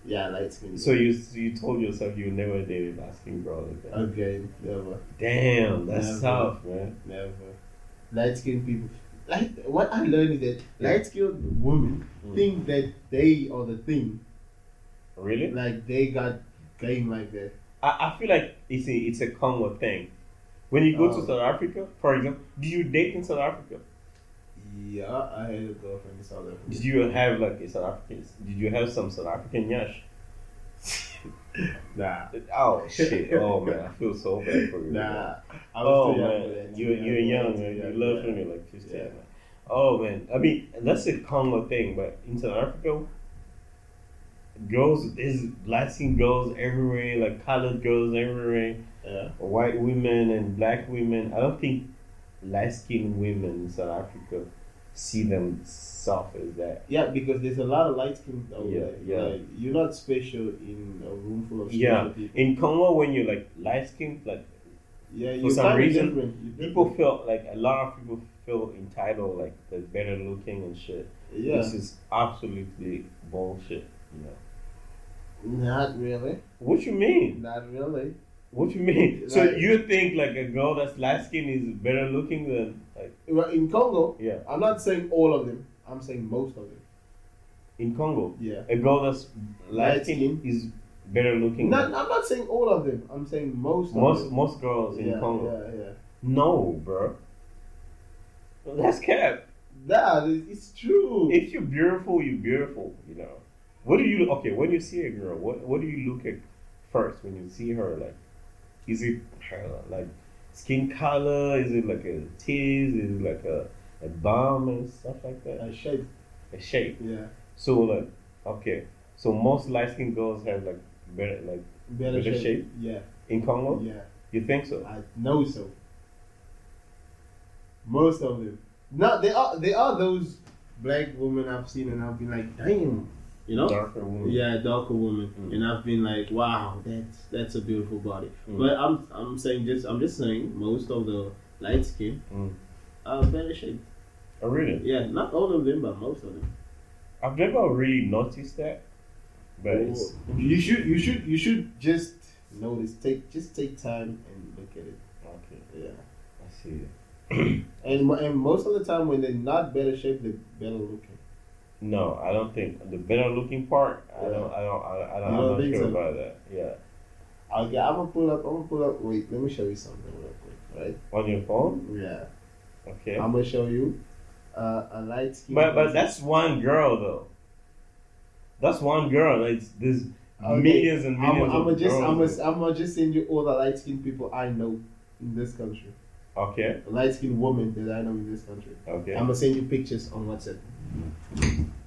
Speaker 2: Yeah, light skin.
Speaker 1: So you you told yourself you never dated a Alaskan girl like that.
Speaker 2: okay, never,
Speaker 1: Damn, that's
Speaker 2: Uh, Never.
Speaker 1: tough, man.
Speaker 2: never. Light skinned people. Like what I learned is that
Speaker 1: Yeah.
Speaker 2: light skinned women
Speaker 1: Mm.
Speaker 2: think that they are the thing.
Speaker 1: Really?
Speaker 2: Like they got game like that.
Speaker 1: I, I feel like it's a, it's a Congo thing. When you go
Speaker 2: Oh.
Speaker 1: to South Africa, for example, did you date in South Africa?
Speaker 2: Yeah, I had a girlfriend in South Africa.
Speaker 1: Did you have like a South African? Did you have some South African yash?
Speaker 2: Nah,
Speaker 1: Oh shit! Oh man, I feel so bad for you.
Speaker 2: nah. I
Speaker 1: oh
Speaker 2: was too young for
Speaker 1: man,
Speaker 2: that.
Speaker 1: you you're young, man. You love
Speaker 2: me.
Speaker 1: me like fifteen.
Speaker 2: Yeah.
Speaker 1: Man. Oh man, I mean that's a Congo thing, but in South Africa, girls there's Latin girls everywhere, like colored girls everywhere.
Speaker 2: Yeah.
Speaker 1: white women and black women. I don't think light skinned women in South Africa see themselves as that.
Speaker 2: Yeah, because there's a lot of light skinned out
Speaker 1: Yeah,
Speaker 2: there.
Speaker 1: yeah.
Speaker 2: Like, you're not special in a room full of
Speaker 1: Yeah.
Speaker 2: special people.
Speaker 1: In Congo, when you're like light skinned, like
Speaker 2: Yeah,
Speaker 1: For
Speaker 2: you're
Speaker 1: some
Speaker 2: kinda
Speaker 1: reason,
Speaker 2: different. You're different.
Speaker 1: people feel like a lot of people feel entitled, like they're better looking and shit.
Speaker 2: Yeah,
Speaker 1: This is absolutely bullshit. You know.
Speaker 2: not really.
Speaker 1: What you mean?
Speaker 2: Not really.
Speaker 1: What you mean? so
Speaker 2: Like-
Speaker 1: you think like a girl that's light skinned is better looking than like
Speaker 2: Well, In Congo,
Speaker 1: yeah
Speaker 2: I'm not saying all of them. I'm saying most of them.
Speaker 1: in Congo
Speaker 2: Yeah.
Speaker 1: a girl that's light skinned
Speaker 2: Light-skinned.
Speaker 1: is better looking.
Speaker 2: Not,
Speaker 1: than
Speaker 2: I'm not saying all of them. I'm saying most.
Speaker 1: most
Speaker 2: of them.
Speaker 1: most girls in
Speaker 2: yeah,
Speaker 1: Congo.
Speaker 2: Yeah, yeah.
Speaker 1: No, bro. That's cap.
Speaker 2: That is, it's true.
Speaker 1: If you're beautiful, you're beautiful. You know. What do you okay? When you see a girl, what what do you look at first when you see her? Like, is it her like skin color? Is it like a tease? Is it like a a bomb and stuff like that?
Speaker 2: a shape.
Speaker 1: A shape.
Speaker 2: Yeah.
Speaker 1: So like, okay. So most light skinned girls have like better like
Speaker 2: Better,
Speaker 1: Better
Speaker 2: shape.
Speaker 1: shape? Oh.
Speaker 2: Yeah.
Speaker 1: in Congo.
Speaker 2: Yeah.
Speaker 1: You think so?
Speaker 2: I know so. Most of them. No, they are they are those black women I've seen and I've been like, damn. You know?
Speaker 1: Darker woman.
Speaker 2: Yeah, darker woman.
Speaker 1: Mm.
Speaker 2: And I've been like, wow, that's that's a beautiful body.
Speaker 1: Mm.
Speaker 2: But I'm I'm saying just I'm just saying most of the light skin
Speaker 1: Mm.
Speaker 2: are better shaped.
Speaker 1: Oh, really?
Speaker 2: Yeah, not all of them but most of them.
Speaker 1: I've never really noticed that, but it's,
Speaker 2: You should you should you should just notice. Take just take time and look at it.
Speaker 1: okay.
Speaker 2: Yeah.
Speaker 1: I see.
Speaker 2: And, and most of the time when they're not better shaped, they're better looking.
Speaker 1: No, I don't think the better looking part. I
Speaker 2: Yeah.
Speaker 1: don't. I don't. I, I don't. I'm
Speaker 2: You don't
Speaker 1: not
Speaker 2: think
Speaker 1: sure
Speaker 2: so?
Speaker 1: about that. Yeah.
Speaker 2: Okay, I'm gonna pull up. I'm gonna pull up. Wait, let me show you something real quick, right?
Speaker 1: On your phone.
Speaker 2: Yeah,
Speaker 1: Okay.
Speaker 2: I'm gonna show you uh, a light skin.
Speaker 1: but but that's one girl though. That's one girl. It's there's
Speaker 2: Okay.
Speaker 1: millions and
Speaker 2: I'm,
Speaker 1: millions
Speaker 2: I'm
Speaker 1: of
Speaker 2: gonna just I'm
Speaker 1: girls.
Speaker 2: gonna, I'm gonna just send you all the light skinned people I know in this country,
Speaker 1: okay.
Speaker 2: light skinned women that I know in this country.
Speaker 1: Okay.
Speaker 2: I'm gonna send you pictures on WhatsApp,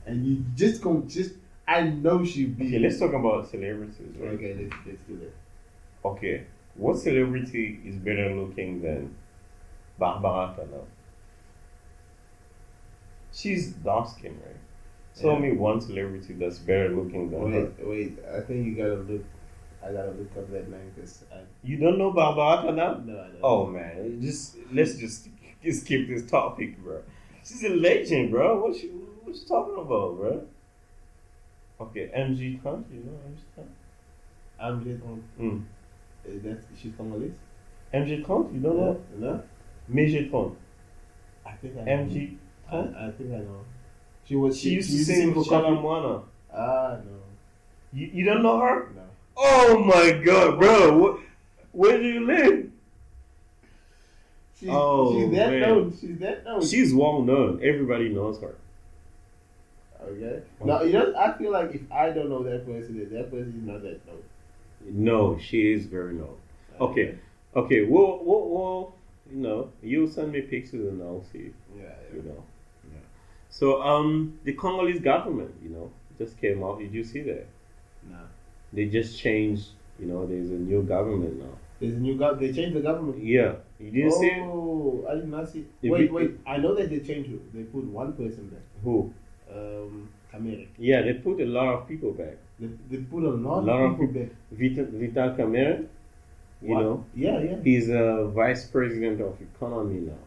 Speaker 2: and you just come just I know she be
Speaker 1: okay. Let's talk about celebrities. Right?
Speaker 2: okay. Let's let's do that.
Speaker 1: Okay. What celebrity is better looking than Barbara Canal? She's dark skinned, right? Tell
Speaker 2: Yeah.
Speaker 1: me one celebrity that's better looking than her.
Speaker 2: Wait wait, I think you gotta look. I gotta look up that name because I
Speaker 1: You don't know Barbara Canal?
Speaker 2: no I don't.
Speaker 1: Oh man, just let's just skip this topic, bro. She's a legend, bro. What you what you talking about, bro? Okay, MG Khan, you know MG Khan?
Speaker 2: I'm just on.
Speaker 1: Mm.
Speaker 2: Uh, that's she's Congolese.
Speaker 1: MG Khan, you don't know?
Speaker 2: No,
Speaker 1: Major Khan,
Speaker 2: I think I know.
Speaker 1: MG
Speaker 2: I,
Speaker 1: Khan.
Speaker 2: I think I know. She was.
Speaker 1: Mm. She used to sing for
Speaker 2: Congolese.
Speaker 1: Kalamwana.
Speaker 2: Ah
Speaker 1: You, you don't know her?
Speaker 2: no, no.
Speaker 1: Oh my god, bro! What, where do you live?
Speaker 2: She's,
Speaker 1: Oh,
Speaker 2: she's that
Speaker 1: man.
Speaker 2: known. She's that known.
Speaker 1: She's well known. Everybody knows her.
Speaker 2: Okay.
Speaker 1: Oh.
Speaker 2: Now you know, I feel like if I don't know that person, then that person is not that known.
Speaker 1: No, she is very low. Okay, okay. Well, well, well you know, you send me pictures and I'll see.
Speaker 2: Yeah.
Speaker 1: You know.
Speaker 2: Yeah.
Speaker 1: So um, the Congolese government, you know, just came out. Did you see that?
Speaker 2: No.
Speaker 1: They just changed. You know, there's a new government now.
Speaker 2: There's a new gov. They changed the government.
Speaker 1: Yeah, you didn't
Speaker 2: oh,
Speaker 1: see it?
Speaker 2: I did not see.
Speaker 1: If
Speaker 2: Wait,
Speaker 1: it-
Speaker 2: wait. I know that they changed it. They put one person back.
Speaker 1: who?
Speaker 2: Um, Kamere.
Speaker 1: Yeah, they put a lot of people back.
Speaker 2: They, they put a lot,
Speaker 1: Lot
Speaker 2: of
Speaker 1: of
Speaker 2: people back.
Speaker 1: Vital, Vital Kamere, you
Speaker 2: What?
Speaker 1: know,
Speaker 2: Yeah, yeah.
Speaker 1: he's a vice president of economy now.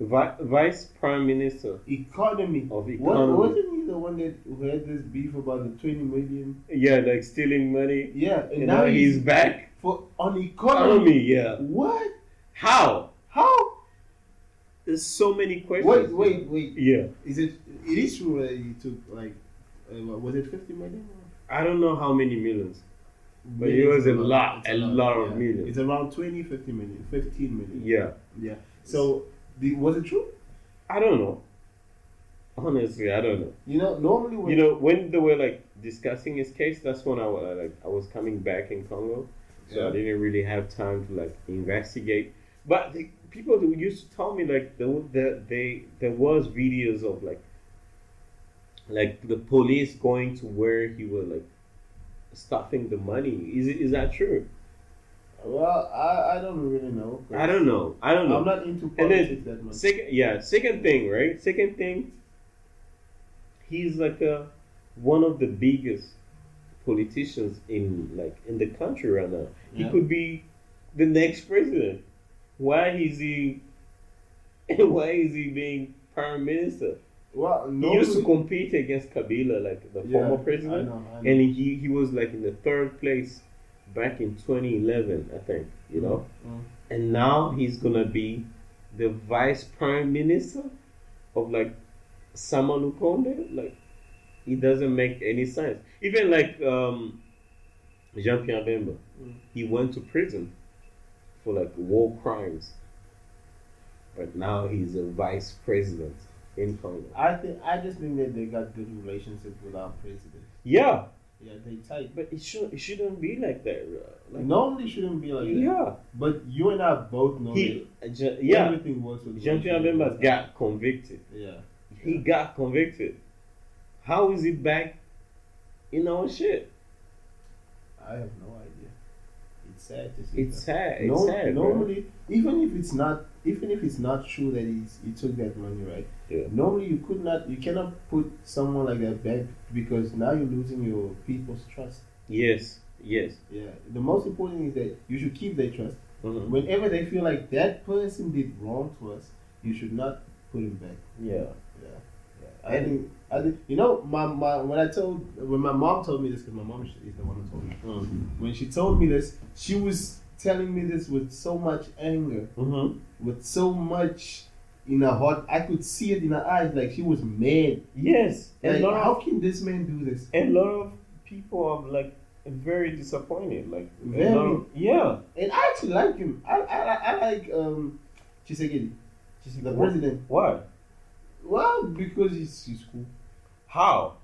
Speaker 1: Vi- vice prime minister
Speaker 2: Economy.
Speaker 1: of economy.
Speaker 2: What, wasn't he the one that who had this beef about the 20 million?
Speaker 1: Yeah, like stealing money.
Speaker 2: Yeah, and
Speaker 1: You
Speaker 2: now
Speaker 1: know, he's,
Speaker 2: he's
Speaker 1: back.
Speaker 2: for on economy.
Speaker 1: Economy, yeah.
Speaker 2: What?
Speaker 1: How?
Speaker 2: How?
Speaker 1: There's so many questions.
Speaker 2: Wait, wait, wait.
Speaker 1: Yeah.
Speaker 2: Is it? It is true that he took like, uh, what- was it 50 million?
Speaker 1: I don't know how many millions. But it was a lot,
Speaker 2: It's
Speaker 1: a lot of
Speaker 2: yeah.
Speaker 1: million.
Speaker 2: It's around 20, 50 million, 15 million.
Speaker 1: Yeah.
Speaker 2: Yeah. So, the, was it true?
Speaker 1: I don't know. Honestly, I don't know.
Speaker 2: You know, normally when
Speaker 1: You know, when they were like discussing his case, that's when I was like, I was coming back in Congo, so I
Speaker 2: Yeah.
Speaker 1: didn't really have time to like investigate. But the people who used to tell me like there were- there they there was videos of like like the police going to where he was like stuffing the money. Is it is that true?
Speaker 2: Well, I, I don't really know.
Speaker 1: I don't know. I don't know.
Speaker 2: I'm not into
Speaker 1: then-
Speaker 2: politics that much.
Speaker 1: Second, yeah. Second thing, right? Second thing. He's like a, one of the biggest politicians in like in the country right now.
Speaker 2: Yeah.
Speaker 1: He could be the next president. Why is he? Why is he being prime minister?
Speaker 2: Well,
Speaker 1: He used to
Speaker 2: normally-
Speaker 1: compete against Kabila, like the
Speaker 2: Yeah,
Speaker 1: former
Speaker 2: I
Speaker 1: president,
Speaker 2: know, I know.
Speaker 1: and he he was like in the third place back in 2011, I think. You know
Speaker 2: Mm.
Speaker 1: and now he's gonna be the vice prime minister of like Sama Lukonde. Like it doesn't make any sense. Even like um, Jean Pierre Bemba,
Speaker 2: Mm.
Speaker 1: he went to prison for like war crimes, but now he's a vice president in Congo.
Speaker 2: I think I just think that they got good relationship with our president.
Speaker 1: Yeah,
Speaker 2: Yeah, they tight.
Speaker 1: but it should it shouldn't be like that. uh, Like,
Speaker 2: Normally shouldn't be like that.
Speaker 1: yeah,
Speaker 2: But you and I both know
Speaker 1: he uh, Je-
Speaker 2: that
Speaker 1: yeah.
Speaker 2: everything works with
Speaker 1: Jean Pierre Bemba got convicted.
Speaker 2: Yeah.
Speaker 1: He got convicted. How is he back in our shit?
Speaker 2: I have no idea. It's sad to see.
Speaker 1: It's
Speaker 2: that.
Speaker 1: sad. It's
Speaker 2: No-
Speaker 1: sad. bro.
Speaker 2: normally even if it's not even if it's not true that he's, he took that money, right?
Speaker 1: Yeah.
Speaker 2: Normally you could not you cannot put someone like that back because now you're losing your people's trust.
Speaker 1: Yes. Yes.
Speaker 2: Yeah. The most important is that you should keep their trust.
Speaker 1: Mhm.
Speaker 2: Whenever they feel like that person did wrong to us, you should not put him back.
Speaker 1: Yeah.
Speaker 2: I think, I think, you know, my, my when I told when my mom told me this, because my mom is the one who told me.
Speaker 1: Mhm.
Speaker 2: When she told me this, she was telling me this with so much anger,
Speaker 1: Mhm.
Speaker 2: with so much in her heart. I could see it in her eyes, like she was mad.
Speaker 1: Yes. A
Speaker 2: Like,
Speaker 1: lot
Speaker 2: how
Speaker 1: of
Speaker 2: can this man do this?
Speaker 1: a lot of people are like very disappointed. Like a
Speaker 2: Very.
Speaker 1: lot of- yeah.
Speaker 2: And I actually like him. I I, I, I like um, Chisegedi, the
Speaker 1: Wha-
Speaker 2: president.
Speaker 1: Why?
Speaker 2: Well, because he's, he's cool.
Speaker 1: How?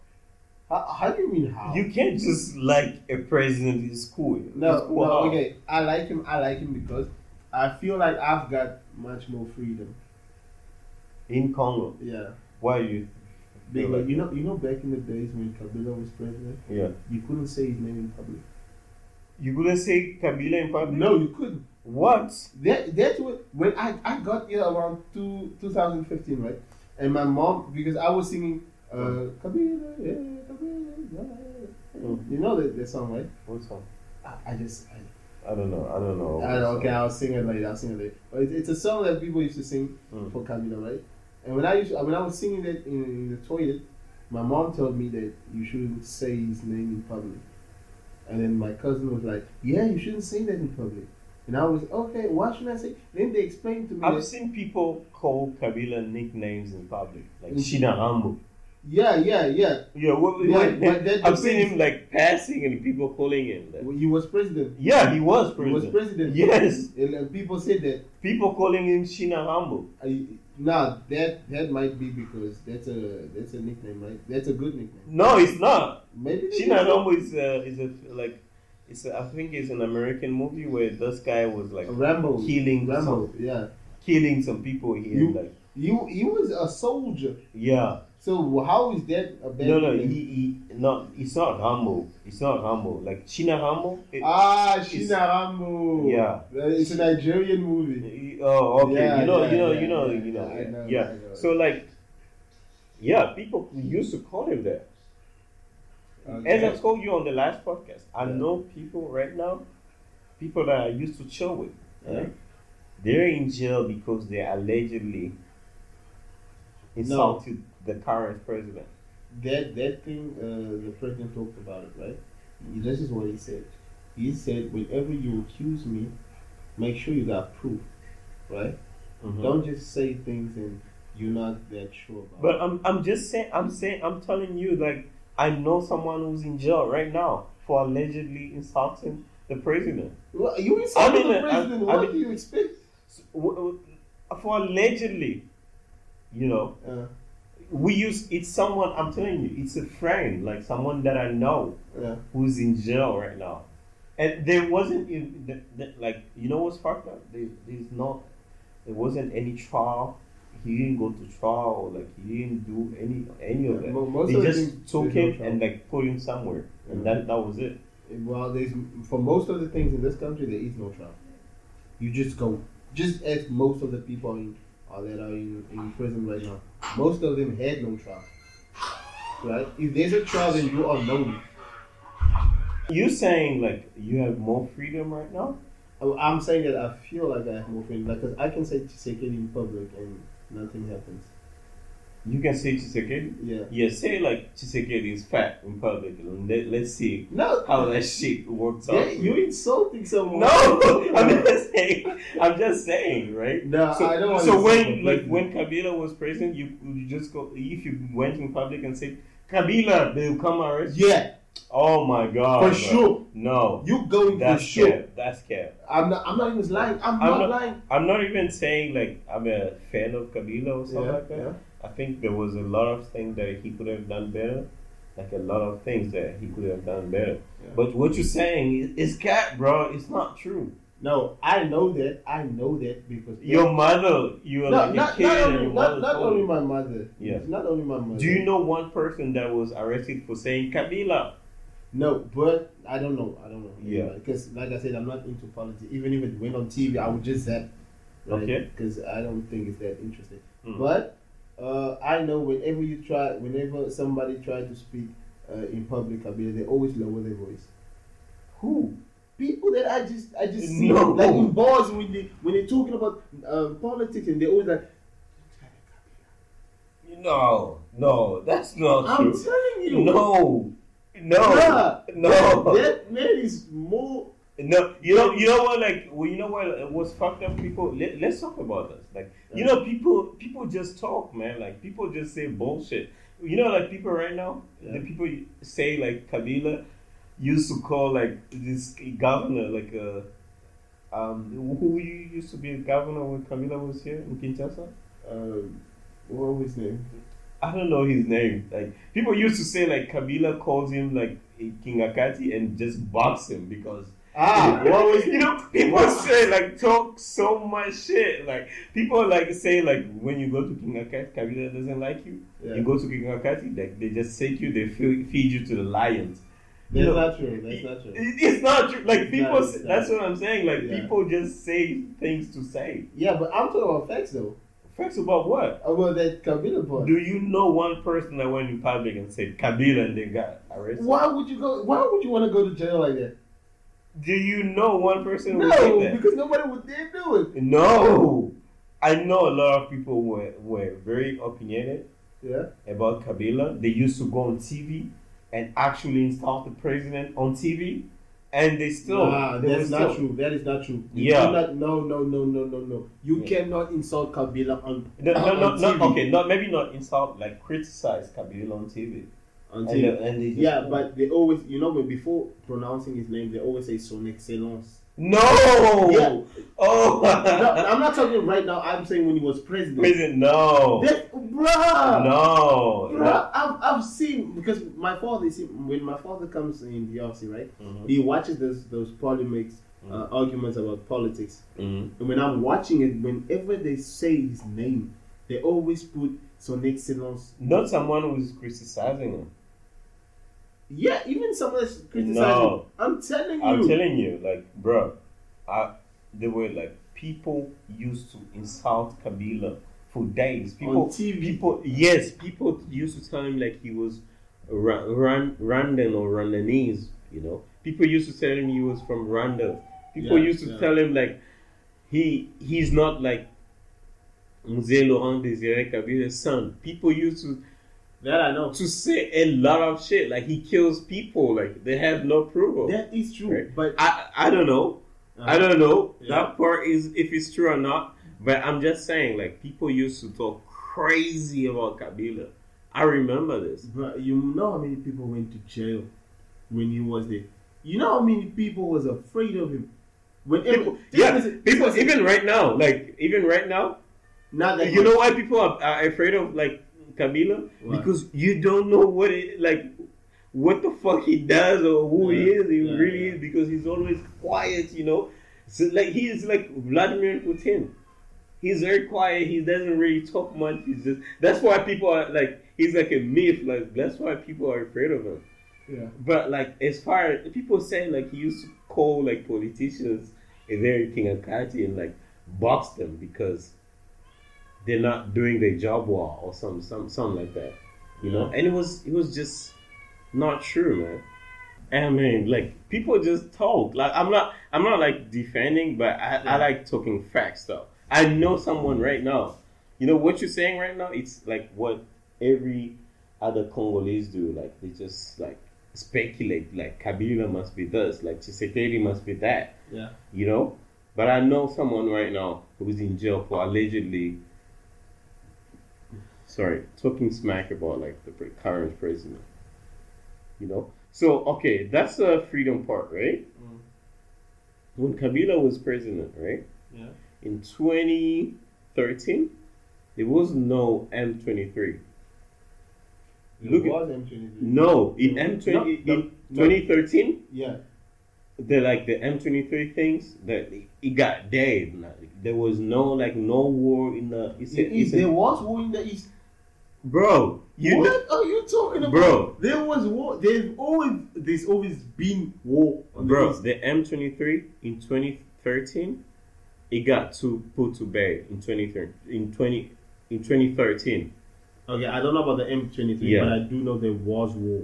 Speaker 2: How, how do you mean how?
Speaker 1: You can't just like a president is cool. It's
Speaker 2: No,
Speaker 1: cool
Speaker 2: no,
Speaker 1: how?
Speaker 2: okay. I like him. I like him because I feel like I've got much more freedom.
Speaker 1: In Congo,
Speaker 2: Yeah,
Speaker 1: why you? feel
Speaker 2: because
Speaker 1: like-
Speaker 2: you know, you know, back in the days when Kabila was president,
Speaker 1: yeah.
Speaker 2: you couldn't say his name in public.
Speaker 1: You couldn't say Kabila in public.
Speaker 2: No, you couldn't.
Speaker 1: What?
Speaker 2: That that's what when I I got here around two 2015, right? And my mom because I was singing uh, Kabila, yeah, Kabila, yeah.
Speaker 1: Mm.
Speaker 2: you know that, that song, right?
Speaker 1: What's up?
Speaker 2: I, I just I
Speaker 1: I don't know. I don't know.
Speaker 2: I don't, okay, I'll sing it later. I'll sing it later. But it's, it's a song that people used to sing
Speaker 1: Mm.
Speaker 2: for Camila, right? And when I used to, when I was singing it in, in the toilet, my mom told me that you shouldn't say his name in public. And then my cousin was like, "Yeah, you shouldn't say that in public." And I was okay. Why should I say? Then they explained to me.
Speaker 1: I've
Speaker 2: That,
Speaker 1: seen people call Kabila nicknames in public, like
Speaker 2: Mm.
Speaker 1: Shina Rambo.
Speaker 2: Yeah, yeah, yeah.
Speaker 1: Yeah, what,
Speaker 2: Yeah,
Speaker 1: what-
Speaker 2: but that
Speaker 1: I've seen
Speaker 2: depends-
Speaker 1: him like passing and people calling him. That.
Speaker 2: He was president.
Speaker 1: Yeah, he was
Speaker 2: He was
Speaker 1: president.
Speaker 2: president.
Speaker 1: Yes,
Speaker 2: And, uh, people said that.
Speaker 1: people calling him Shina Rambo.
Speaker 2: I, now that that might be because that's a that's a nickname, right? That's a good nickname.
Speaker 1: No, it's not.
Speaker 2: Maybe they
Speaker 1: Shina
Speaker 2: did.
Speaker 1: Rambo is uh, is a like it's a, I think it's an American movie where this guy was like
Speaker 2: Rambo.
Speaker 1: Killing
Speaker 2: Rambo. Yeah.
Speaker 1: killing some people here.
Speaker 2: You-
Speaker 1: like
Speaker 2: You he was a soldier.
Speaker 1: yeah,
Speaker 2: So how is that a bad
Speaker 1: no, no, he,
Speaker 2: nickname?
Speaker 1: he no, it's not Rambo. It's not Rambo. Like Shina Rambo. it-
Speaker 2: ah,
Speaker 1: it's-
Speaker 2: Shina Rambo.
Speaker 1: Yeah.
Speaker 2: Uh, It's a Nigerian movie.
Speaker 1: Oh, okay.
Speaker 2: Yeah,
Speaker 1: you know,
Speaker 2: yeah,
Speaker 1: you know,
Speaker 2: yeah,
Speaker 1: you know,
Speaker 2: yeah,
Speaker 1: you know.
Speaker 2: I
Speaker 1: Yeah.
Speaker 2: know, I know.
Speaker 1: So like, yeah, people used to call him that.
Speaker 2: Uh,
Speaker 1: As I told you on the last podcast, I
Speaker 2: Yeah.
Speaker 1: know people right now, people that I used to chill with,
Speaker 2: Yeah.
Speaker 1: right? they're in jail because they allegedly insulted the current president.
Speaker 2: that that thing uh, the president talked about it, right? This is what he said. He said, whenever you accuse me, make sure you got proof, right?
Speaker 1: Mm-hmm.
Speaker 2: Don't just say things and you're not that sure about.
Speaker 1: But
Speaker 2: it.
Speaker 1: I'm, I'm just saying, I'm saying, I'm telling you, like, I know someone who's in jail right now for allegedly insulting the president.
Speaker 2: Well, you insult
Speaker 1: I mean,
Speaker 2: the
Speaker 1: I-
Speaker 2: president.
Speaker 1: I
Speaker 2: what
Speaker 1: mean-
Speaker 2: do you expect?
Speaker 1: So, w- w- for allegedly, you know,
Speaker 2: Uh,
Speaker 1: we use it's someone. I'm telling you, it's a friend, like someone that I know
Speaker 2: yeah.
Speaker 1: who's in jail right now, and there wasn't in, the, the, like you know what's fucked up. There, there's not, there wasn't any trial. He didn't go to trial. Like he didn't do any any of
Speaker 2: Yeah,
Speaker 1: that.
Speaker 2: mo- most
Speaker 1: they
Speaker 2: of the
Speaker 1: just
Speaker 2: things-
Speaker 1: took
Speaker 2: there's no
Speaker 1: him
Speaker 2: trial.
Speaker 1: and like put him somewhere, and
Speaker 2: Yeah.
Speaker 1: that that was it.
Speaker 2: Well, there's for most of the things in this country there is no trial. You just go, just as most of the people in, are that are in, in prison right now. Most of them had no trial, right? If there's a trial, then you are known.
Speaker 1: You saying like you have more freedom right now?
Speaker 2: I'm- Oh, I'm saying that I feel like I have more freedom, like 'cause I can say Chisekedi in public and nothing happens.
Speaker 1: You can say Chisekedi.
Speaker 2: Yeah.
Speaker 1: Yeah, say like Chisekedi is fat in public. and Let, let's see
Speaker 2: No,
Speaker 1: how that shit works out.
Speaker 2: yeah, you're insulting someone.
Speaker 1: no, I'm just saying. I'm just saying, right?
Speaker 2: No,
Speaker 1: So,
Speaker 2: I don't. wanna
Speaker 1: so
Speaker 2: insult
Speaker 1: when
Speaker 2: the
Speaker 1: like
Speaker 2: president.
Speaker 1: when Kabila was president, you, you just go if you went in public and said Kabila, they'll come arrest. you.
Speaker 2: yeah,
Speaker 1: Oh my god,
Speaker 2: for
Speaker 1: bro.
Speaker 2: sure,
Speaker 1: No,
Speaker 2: you going for
Speaker 1: that's
Speaker 2: sure.
Speaker 1: cap. That's cap.
Speaker 2: I'm not. I'm not even lying. I'm,
Speaker 1: I'm
Speaker 2: not,
Speaker 1: not-
Speaker 2: lying.
Speaker 1: I'm not even saying like I'm a fan of Kabila or something
Speaker 2: Yeah,
Speaker 1: like that.
Speaker 2: yeah.
Speaker 1: I think there was a lot of things that he could have done better, like a lot of things that he could have done better.
Speaker 2: Yeah.
Speaker 1: But what you're saying is, is cat, bro. It's not true.
Speaker 2: No, I know that. I know that because
Speaker 1: Your mother, you were
Speaker 2: no,
Speaker 1: like a
Speaker 2: not,
Speaker 1: kid,
Speaker 2: not
Speaker 1: and
Speaker 2: only,
Speaker 1: your
Speaker 2: not,
Speaker 1: mother
Speaker 2: not
Speaker 1: told
Speaker 2: only
Speaker 1: you.
Speaker 2: my mother.
Speaker 1: Yeah.
Speaker 2: Not only my mother.
Speaker 1: Do you know one person that was arrested for saying Kabila?
Speaker 2: No, but I don't know. I don't know.
Speaker 1: Yeah.
Speaker 2: Because like I said, I'm not into politics. Even if it went on TV, I would just zap.
Speaker 1: Okay.
Speaker 2: Because I don't think it's that interesting.
Speaker 1: Mm.
Speaker 2: But uh, I know whenever you try, whenever somebody tries to speak uh, in public, I mean, they always lower their voice.
Speaker 1: Who?
Speaker 2: people that I just I just see
Speaker 1: No.
Speaker 2: like in bars when they when they're talking about um, politics and they always like
Speaker 1: No, no, that's not
Speaker 2: I'm
Speaker 1: true.
Speaker 2: telling you
Speaker 1: No, no,
Speaker 2: Bruh,
Speaker 1: no.
Speaker 2: that man is more
Speaker 1: No, you know, you know what? Like, well, you know what? What's fucked up? People, let, let's talk about this. Like, you know, people, people just talk, man. Like, people just say bullshit. You know, like people right now,
Speaker 2: Yeah.
Speaker 1: the people say like Kabila used to call like this governor, like uh, um, who you used to be a governor when Kabila was here in Kinshasa.
Speaker 2: um, what was his name
Speaker 1: I don't know his name. Like people used to say like Kabila calls him like King Akati and just box him because
Speaker 2: ah what was
Speaker 1: you know, people say like talk so much shit. Like people like say like when you go to King Akati, Kabila doesn't like you.
Speaker 2: Yeah.
Speaker 1: You go to King Akati, like they just take you, they feed, feed you to the lions. you
Speaker 2: that's
Speaker 1: know,
Speaker 2: not true that's not true
Speaker 1: It- It's not true. Like
Speaker 2: It's
Speaker 1: people,
Speaker 2: not,
Speaker 1: say-
Speaker 2: it's not.
Speaker 1: that's what I'm saying. Like
Speaker 2: Yeah.
Speaker 1: people just say things to say.
Speaker 2: yeah but I'm talking about facts though
Speaker 1: First about what?
Speaker 2: about that Kabila part
Speaker 1: Do you know one person that went in public and said Kabila and they got arrested?
Speaker 2: why would you go why would you want to go to jail like that
Speaker 1: Do you know one person who
Speaker 2: no
Speaker 1: did
Speaker 2: because nobody would dare do it
Speaker 1: that? No. I know a lot of people were, were very opinionated
Speaker 2: yeah
Speaker 1: about Kabila. They used to go on TV and actually insult the president on TV. and they still.
Speaker 2: nah,
Speaker 1: they
Speaker 2: that's
Speaker 1: were
Speaker 2: not
Speaker 1: still-
Speaker 2: true. That is not true. You
Speaker 1: Yeah.
Speaker 2: cannot- no, no, no, no, no, no. You
Speaker 1: Yeah.
Speaker 2: cannot insult Kabila on
Speaker 1: No, no,
Speaker 2: on
Speaker 1: no,
Speaker 2: TV.
Speaker 1: no, okay, not maybe not insult, like criticize Kabila on TV.
Speaker 2: On
Speaker 1: And,
Speaker 2: TV.
Speaker 1: they- and they just-
Speaker 2: Yeah, but they always, you know, when before pronouncing his name, they always say son excellence.
Speaker 1: no,
Speaker 2: Yeah.
Speaker 1: oh,
Speaker 2: No, I'm not talking right now. I'm saying when he was president.
Speaker 1: Amazing. no,
Speaker 2: That, bruh,
Speaker 1: no,
Speaker 2: bruh, I've, I've seen because my father, you see, when my father comes in the office, right,
Speaker 1: Mhm.
Speaker 2: he watches those those polemics,
Speaker 1: Mm.
Speaker 2: uh, arguments about politics.
Speaker 1: Mhm.
Speaker 2: And when I'm watching it, whenever they say his name, they always put son excellence.
Speaker 1: not someone who's criticizing him.
Speaker 2: Yeah, even someone that's criticizing.
Speaker 1: No.
Speaker 2: I'm telling you.
Speaker 1: I'm telling you, like, bro, I, they were like people used to insult Kabila for days. People,
Speaker 2: TV.
Speaker 1: people, yes, people used to tell him like he was Ra- Ran- Randan or Randanese. You know, people used to tell him he was from Rwanda. People
Speaker 2: Yeah,
Speaker 1: used to
Speaker 2: yeah.
Speaker 1: tell him like he he's not like Mzee Laurent Desire Kabila's son. People used to
Speaker 2: that I know.
Speaker 1: to say a lot of shit like he kills people. Like they have no proof. of.
Speaker 2: That is true,
Speaker 1: Right.
Speaker 2: but
Speaker 1: I I don't know. I
Speaker 2: Uh,
Speaker 1: don't know.
Speaker 2: Yeah.
Speaker 1: That part is if it's true or not. But I'm just saying, like people used to talk crazy about Kabila. I remember this.
Speaker 2: But uh, you know how many people went to jail when he was there. You know how many people was afraid of him. When
Speaker 1: People, yeah, people. Even right now, like even right now,
Speaker 2: now that
Speaker 1: you know why people are, are afraid of like Kabila?
Speaker 2: Why?
Speaker 1: Because you don't know what it like, what the fuck he does or who he
Speaker 2: Yeah,
Speaker 1: is. He
Speaker 2: yeah,
Speaker 1: really
Speaker 2: yeah.
Speaker 1: is because he's always quiet. You know, so like he is like Vladimir Putin. He's very quiet. He doesn't really talk much. He's just that's why people are like he's like a myth. Like that's why people are afraid of him.
Speaker 2: yeah.
Speaker 1: But like as far as people saying like he used to call like politicians a very king and party and like box them because they're not doing their job well or some some something like that. You know? And it was it was just not true, man. I mean, like people just talk. Like I'm not I'm not like defending, but I, I
Speaker 2: Yeah.
Speaker 1: like talking facts though. I know someone right now. You know what you're saying right now? It's like what every other Congolese do. Like they just like speculate. Like Kabila must be this. Like Tshisekedi must be that.
Speaker 2: Yeah.
Speaker 1: You know. But I know someone right now who's in jail for allegedly. Sorry, talking smack about like the pre- current president. You know. So okay, that's the freedom part, right?
Speaker 2: Mm.
Speaker 1: When Kabila was president, right?
Speaker 2: Yeah.
Speaker 1: in 2013, there was no M23.
Speaker 2: Mm.
Speaker 1: Look
Speaker 2: it
Speaker 1: at-
Speaker 2: was M23.
Speaker 1: No, in
Speaker 2: No,
Speaker 1: M20,
Speaker 2: no,
Speaker 1: in
Speaker 2: no.
Speaker 1: 2013,
Speaker 2: Yeah.
Speaker 1: the like the M23 things that it got dead. Like, there was no like no war in the. It's a,
Speaker 2: It is,
Speaker 1: it's a-
Speaker 2: there was war in the east.
Speaker 1: bro, you
Speaker 2: what are you talking about?
Speaker 1: Bro.
Speaker 2: There was war. There's always there's always been war on
Speaker 1: bro,
Speaker 2: the east.
Speaker 1: the M23 in 2013, it got to put to bed in 2013 in 20 in 2013.
Speaker 2: Okay, I don't know about the M23,
Speaker 1: Yeah.
Speaker 2: but I do know there was war.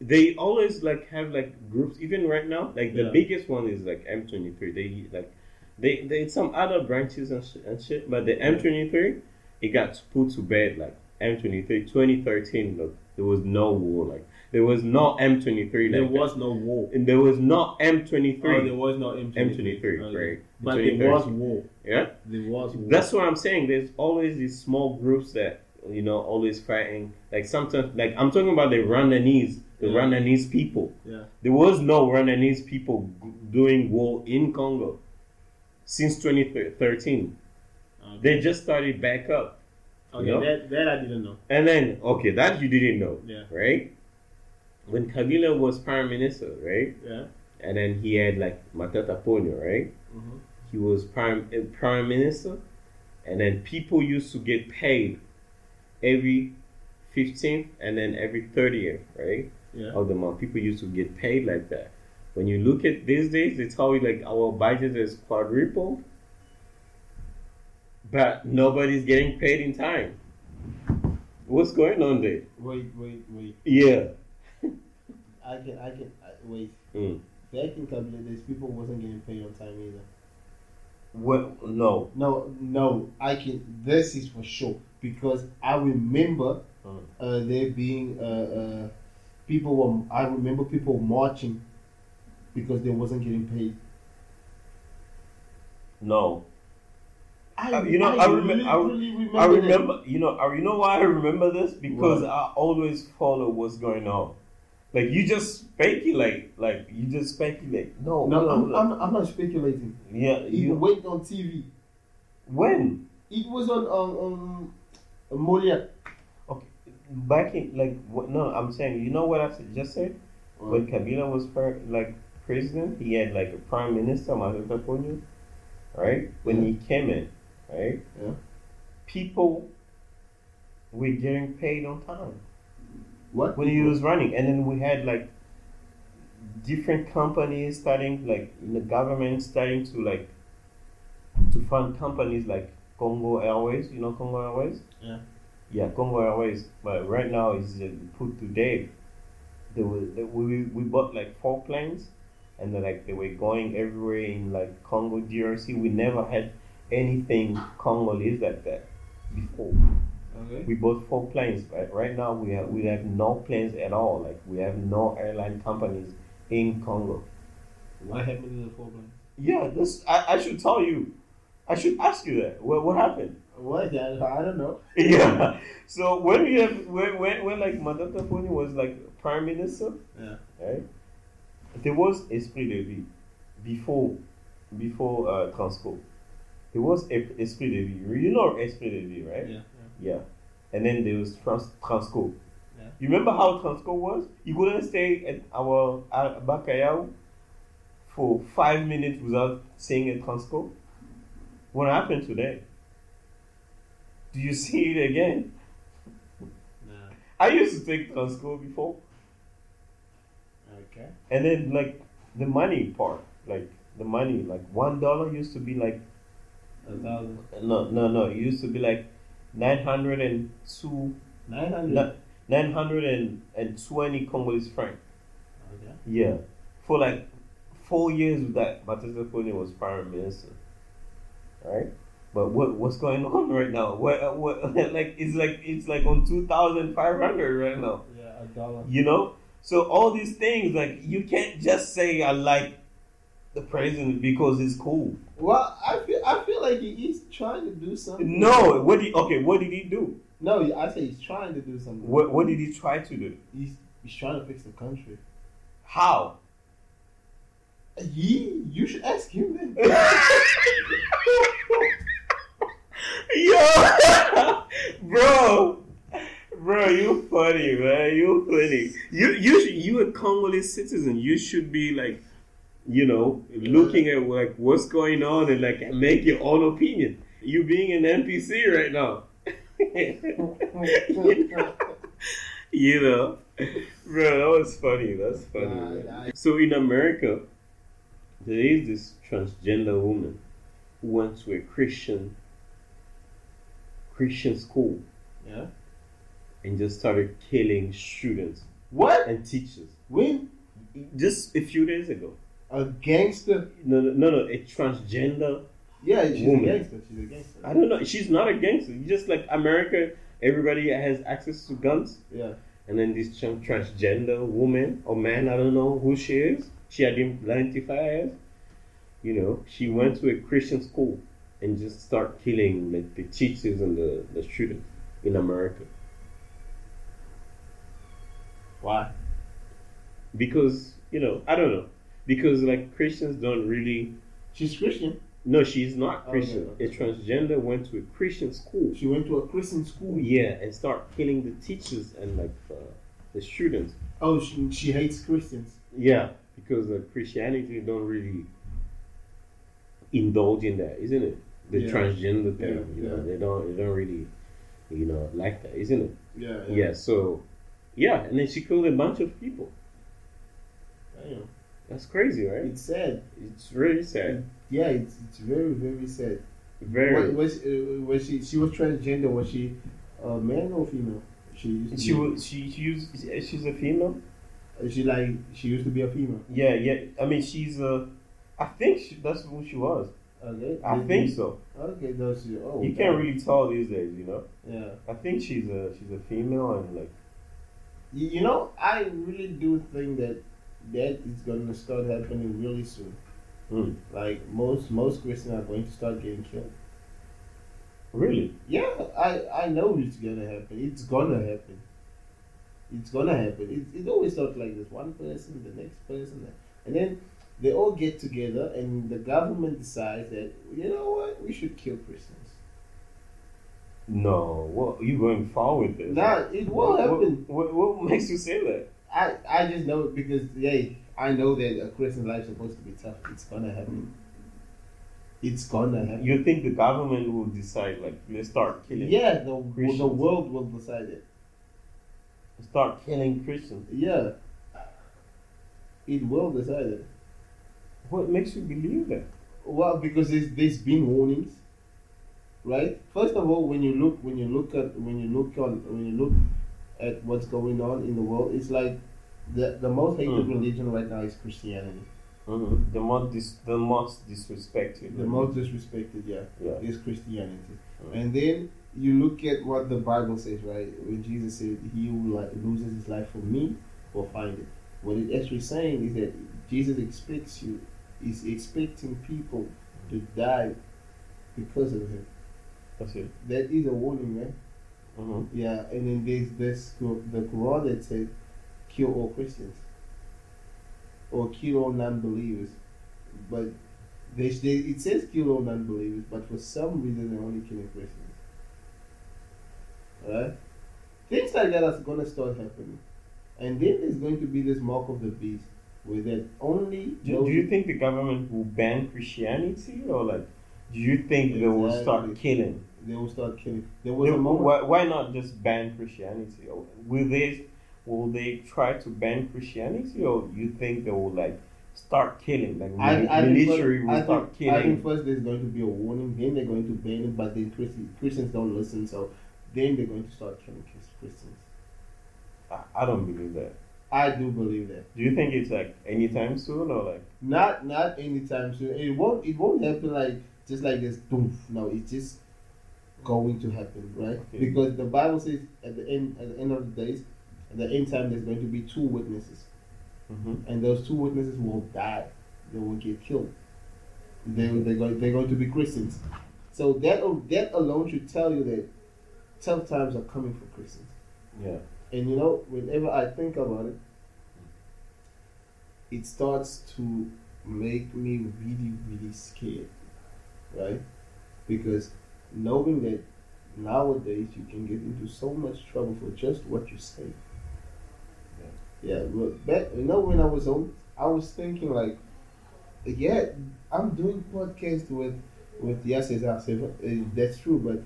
Speaker 1: they always like have like groups even right now like the
Speaker 2: Yeah.
Speaker 1: biggest one is like m23 they like they, they some other branches and, sh- and shit but the m23 it got put to bed like m23 2013 look there was no war like there was no m23 like
Speaker 2: There
Speaker 1: that.
Speaker 2: was no war.
Speaker 1: and there was no m23
Speaker 2: Oh, there was no M23.
Speaker 1: M23,
Speaker 2: Okay.
Speaker 1: right.
Speaker 2: But there
Speaker 1: 23.
Speaker 2: was war.
Speaker 1: yeah
Speaker 2: There was war.
Speaker 1: that's what i'm saying there's always these small groups that you know always fighting like sometimes like i'm talking about the Rwandanese the
Speaker 2: Yeah.
Speaker 1: Rwandanese people
Speaker 2: yeah.
Speaker 1: There was no Rwandanese people g- doing war in Congo since 2013.
Speaker 2: Okay.
Speaker 1: They just started back up.
Speaker 2: Uh, Okay,
Speaker 1: Yeah.
Speaker 2: that, that I didn't know.
Speaker 1: And then, okay, that you didn't know,
Speaker 2: Yeah,
Speaker 1: right? When Kabila was prime minister, right?
Speaker 2: yeah.
Speaker 1: And then he had like Matata Ponyo, right?
Speaker 2: Mhm.
Speaker 1: He was prime eh, prime minister, and then people used to get paid every 15th and then every 30th, right?
Speaker 2: Yeah.
Speaker 1: of the month. People used to get paid like that. When you look at these days, they tell you like our budget is quadrupled, but nobody's getting paid in time. What's going on there?
Speaker 2: Wait, wait, wait.
Speaker 1: Yeah.
Speaker 2: I can, I can, I, wait.
Speaker 1: Mm.
Speaker 2: Back in Kabila days, people wasn't getting paid on time either.
Speaker 1: Well, no.
Speaker 2: No, no. I can. This is for sure because I remember
Speaker 1: Mm.
Speaker 2: uh, there being uh, uh, people were. I remember people marching because they wasn't getting paid.
Speaker 1: No, Uh, you know, I remem-
Speaker 2: really,
Speaker 1: I-
Speaker 2: really remember.
Speaker 1: I
Speaker 2: that.
Speaker 1: remember. You know, I, you know why I remember this because I always follow what's going on. Like you just speculate, like you just speculate. No,
Speaker 2: No,
Speaker 1: no,
Speaker 2: I'm,
Speaker 1: no.
Speaker 2: I'm, I'm not speculating.
Speaker 1: yeah,
Speaker 2: It
Speaker 1: you
Speaker 2: went on TV.
Speaker 1: when
Speaker 2: It was on um, um Moliak.
Speaker 1: back in like wh- no, I'm saying you know what I suggested when Kabila was pre- like president, he had like a prime minister, Manuel Ponyo, right? When he came in, right?
Speaker 2: Yeah.
Speaker 1: People were getting paid on time.
Speaker 2: What?
Speaker 1: when he was running, and then we had like different companies starting, like the government starting to like to fund companies like Congo Airways. You know Congo Airways?
Speaker 2: Yeah.
Speaker 1: Yeah, Congo Airways. But right now is uh, put to death. They were they, we we bought like four planes, and they like they were going everywhere in like Congo DRC. We never had anything Congolese like that before
Speaker 2: Okay.
Speaker 1: we bought four planes but right now we have we have no planes at all like we have no airline companies in congo
Speaker 2: What happened to the four plane?
Speaker 1: yeah this i, I should tell you i should ask you that what, what happened
Speaker 2: What? I, I don't know.
Speaker 1: yeah so when we have when when, when like madame Foni was like prime minister
Speaker 2: Yeah.
Speaker 1: right there was esprit de vie before before uh transco there was Ep- esprit de vie you know esprit de vie right
Speaker 2: Yeah.
Speaker 1: Yeah. And then there was Trans Transco.
Speaker 2: Yeah.
Speaker 1: You remember how Transco was? You couldn't stay at our uh, Bacayao for five minutes without seeing a Transco. What happened today? Do you see it again? I used to take Transco before.
Speaker 2: Okay.
Speaker 1: And then like the money part, like the money, like one dollar used to be like
Speaker 2: A thousand.
Speaker 1: no no no, it used to be like nine hundred and two
Speaker 2: Nine hundred.
Speaker 1: nine hundred and and twenty Congolese franc.
Speaker 2: Okay.
Speaker 1: Yeah, for like four years with that, Batista Kone was prime minister, right? But what what's going on right now? What, what like it's like it's like on two thousand five hundred right now.
Speaker 2: Yeah, a dollar.
Speaker 1: You know, so all these things like you can't just say I like the president because it's cool.
Speaker 2: Well, I feel I feel like he is trying to do something.
Speaker 1: No, what did okay? What did he do?
Speaker 2: No, I say he's trying to do something.
Speaker 1: What what did he try to do?
Speaker 2: He's he's trying to fix the country.
Speaker 1: How?
Speaker 2: He, you should ask him then.
Speaker 1: Yo, bro, bro, you funny, man. You funny.
Speaker 3: You you should, you a Congolese citizen. You should be like, you know, looking at like what's going on and like make your own opinion. You being an NPC right now. you know,
Speaker 1: Bro, that was funny. That's funny. man.
Speaker 3: So in America, there is this transgender woman who went to a Christian Christian school
Speaker 2: yeah.
Speaker 3: and just started killing students
Speaker 2: What?
Speaker 3: and teachers.
Speaker 2: When
Speaker 3: Just a few days ago.
Speaker 2: a gangster?
Speaker 3: No, no, no, no a transgender.
Speaker 2: Yeah, she's
Speaker 3: Woman.
Speaker 2: a gangster. She's a gangster.
Speaker 3: I don't know. She's not a gangster. You Just like America, everybody has access to guns.
Speaker 2: Yeah.
Speaker 3: And then this tran- transgender woman or man, I don't know who she is. She identify as, you know, she went to a Christian school and just start killing like the teachers and the, the students in America
Speaker 2: Why?
Speaker 3: because you know I don't know because like Christians don't really.
Speaker 2: She's Christian.
Speaker 3: No, she's not
Speaker 2: Okay,
Speaker 3: Christian.
Speaker 2: okay.
Speaker 3: A transgender went to a Christian school. Oh,
Speaker 2: She went to a Christian school.
Speaker 3: Yeah, and start killing the teachers and like uh, the students.
Speaker 2: Oh, she, she hates Christians.
Speaker 3: Yeah, because uh, Christianity don't really indulge in that, isn't it? The
Speaker 2: Yeah.
Speaker 3: transgender thing,
Speaker 2: Yeah,
Speaker 3: you know,
Speaker 2: yeah.
Speaker 3: they don't, they don't really, you know, like that, isn't it?
Speaker 2: Yeah.
Speaker 3: Yeah. So, yeah, and then she killed a bunch of people.
Speaker 2: Damn.
Speaker 3: That's crazy, right?
Speaker 2: It's sad.
Speaker 3: It's really sad.
Speaker 2: Yeah, it's, it's very very sad.
Speaker 3: Very.
Speaker 2: What, was uh, was she? She was transgender. Was she a man or female? She used to
Speaker 3: Mm.
Speaker 1: She
Speaker 2: be,
Speaker 1: was she she was, she's a female.
Speaker 2: uh, She like she used to be a female.
Speaker 1: Yeah, yeah. I mean, she's a. I think she, that's who she was.
Speaker 2: Okay.
Speaker 1: I
Speaker 3: Mm-hmm.
Speaker 1: think so.
Speaker 2: Okay, no, she. Oh,
Speaker 1: You can't
Speaker 2: damn.
Speaker 1: really tell these days, you know.
Speaker 2: Yeah.
Speaker 1: I think she's a she's a female and like
Speaker 2: You, you know, I really do think that that is going to start happening really soon.
Speaker 3: Mm.
Speaker 1: Hmm.
Speaker 2: Like most most Christians are going to start getting killed.
Speaker 1: Really?
Speaker 2: Yeah, I I know it's gonna happen. It's gonna happen. It's gonna happen. It, it always starts like this: one person, the next person, and then they all get together, and the government decides that you know what, we should kill Christians.
Speaker 1: No. What you going far with this?
Speaker 2: Nah, it will
Speaker 1: What-
Speaker 2: happen.
Speaker 1: What, what, what makes you say that?
Speaker 2: I, I just know it because yeah, I know that a Christian life is supposed to be tough. It's gonna happen. It's gonna happen.
Speaker 1: You think the government will decide like let's start killing?
Speaker 2: Yeah, the the
Speaker 1: Christians.
Speaker 2: world will decide it.
Speaker 1: Start killing Christians.
Speaker 2: Yeah, it will decide it.
Speaker 1: What makes you believe that?
Speaker 2: Well, because there's, there's been warnings, right? First of all, when you look when you look at when you look on when you look at what's going on in the world, it's like the the most hated
Speaker 1: Mm.
Speaker 2: religion right now is Christianity.
Speaker 1: Mm-hmm. The most dis- the most disrespected.
Speaker 2: The most disrespected, yeah,
Speaker 1: Yeah.
Speaker 2: is Christianity.
Speaker 1: Mm.
Speaker 2: And then you look at what the Bible says, right? When Jesus said, "He who like, loses his life for me will find it." What it actually saying is that Jesus expects you, is expecting people to die because of him.
Speaker 1: That's it.
Speaker 2: That is a warning, man.
Speaker 1: Mm-hmm.
Speaker 2: Yeah, and then there's this the Quran that said, "Kill all Christians," or "Kill all non-believers," but they, they it says "Kill all non-believers," but for some reason they're only killing Christians. Right? Things like that are gonna start happening, and then there's going to be this mark of the beast, where that only
Speaker 1: Do,
Speaker 2: those-
Speaker 1: do you think the government will ban Christianity or like? Do you think they will start
Speaker 2: Exactly.
Speaker 1: killing?
Speaker 2: they will start killing. There was
Speaker 1: They-
Speaker 2: a moment.
Speaker 1: why, why not just ban Christianity? Or Will they will they try to ban Christianity or you think they will like start killing? Like
Speaker 2: I, I think
Speaker 1: military
Speaker 2: first-
Speaker 1: will
Speaker 2: I
Speaker 1: start
Speaker 2: think, I think
Speaker 1: killing.
Speaker 2: first there's going to be a warning, then they're going to ban it, but then Christians, Christians don't listen, so then they're going to start killing Chris- Christians.
Speaker 1: I, I don't believe that.
Speaker 2: I do believe that.
Speaker 1: Do you think it's like anytime soon or like
Speaker 2: Not not anytime soon. It won't it won't happen like just like this. Doof. No, it's just going to happen, right?
Speaker 1: Okay.
Speaker 2: Because the Bible says at the end at the end of the days, at the end time, there's going to be two witnesses.
Speaker 1: hmm
Speaker 2: and those two witnesses will die. They will get killed. They they go, they're going to be Christians. So that al- that alone should tell you that tough times are coming for Christians.
Speaker 1: Yeah.
Speaker 2: And you know, whenever I think about it, it starts to make me really really scared, right? Because knowing that nowadays you can get into so much trouble for just what you say. Yeah, but back, you know, when I was on, I was thinking like, yeah, I'm doing podcast with with yes, as I said, uh, that's true, but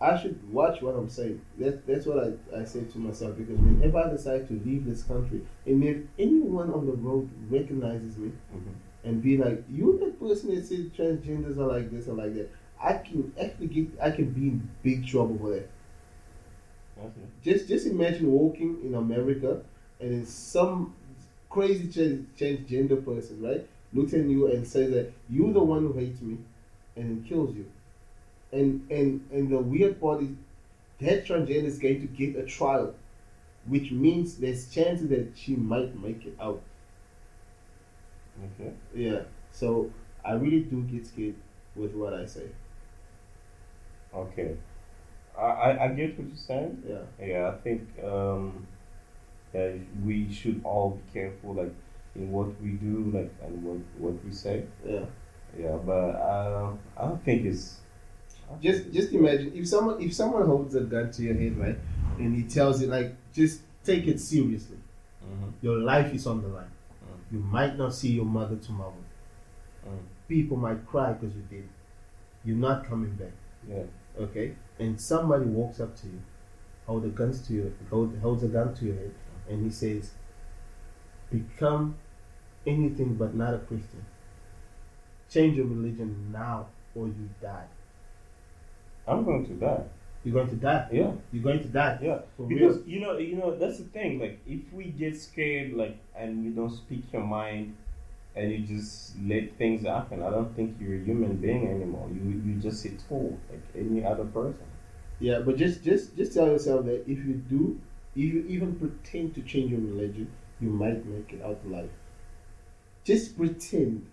Speaker 2: I should watch what I'm saying. That that's what I I say to myself because whenever I decide to leave this country, and if anyone on the road recognizes me
Speaker 1: Mhm.
Speaker 2: and be like, you that person that said transgenders are like this or like that, I can actually get I can be in big trouble for that
Speaker 1: Okay.
Speaker 2: just just imagine walking in America and then some crazy trans- transgender person, right, looks at you and says that you're the one who hates me, and then kills you. And and and the weird part is that transgender is going to get a trial, which means there's chances that she might make it out.
Speaker 1: Okay.
Speaker 2: Yeah. So I really do get scared with what I say.
Speaker 1: Okay. I, I, I get what you're saying.
Speaker 2: Yeah.
Speaker 1: Yeah, I think um, yeah, we should all be careful, like in what we do, like and what what we say.
Speaker 2: Yeah.
Speaker 1: Yeah, but uh, I don't think it's I don't
Speaker 2: Just
Speaker 1: think
Speaker 2: just
Speaker 1: it's-
Speaker 2: imagine if someone if someone holds a gun to your head, right, and he tells you like just take it seriously.
Speaker 1: Mhm,
Speaker 2: Your life is on the line. You might not see your mother tomorrow.
Speaker 1: Mm.
Speaker 2: People might cry because you did. You're not coming back.
Speaker 1: Yeah.
Speaker 2: Okay. And somebody walks up to you, hold a guns to your hold, holds a gun to your head, and he says, "Become anything but not a Christian. Change your religion now, or you die.
Speaker 1: I'm going to die.
Speaker 2: You're going to die.
Speaker 1: Yeah,
Speaker 2: You're going to die."
Speaker 1: yeah.
Speaker 2: For real.
Speaker 1: Because you know, you know, that's the thing. Like, if we get scared, like, and we don't speak your mind, and you just let things happen, I don't think you're a human being anymore. You you just a tool, like any other person.
Speaker 2: Yeah, but just just just tell yourself that if you do, if you even pretend to change your religion, you might make it out alive. Just pretend.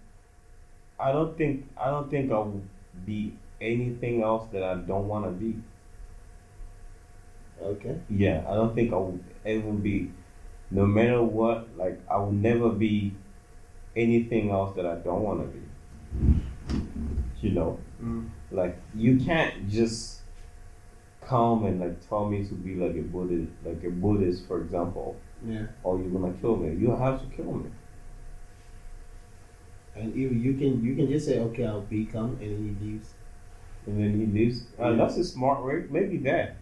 Speaker 1: I don't think I don't think I'll be anything else that I don't want to be.
Speaker 2: Okay.
Speaker 1: Yeah, I don't think I will ever be. No matter what, like I will never be anything else that I don't want to be. You know,
Speaker 2: Mm.
Speaker 1: like you can't just come and like tell me to be like a Buddhist, like a Buddhist, for example,
Speaker 2: Yeah.
Speaker 1: or you're gonna kill me. You have to kill me.
Speaker 2: And you you can you can just say okay I'll become and then he leaves.
Speaker 1: and then he leaves. Uh,
Speaker 2: Yeah.
Speaker 1: That's a smart way, maybe that.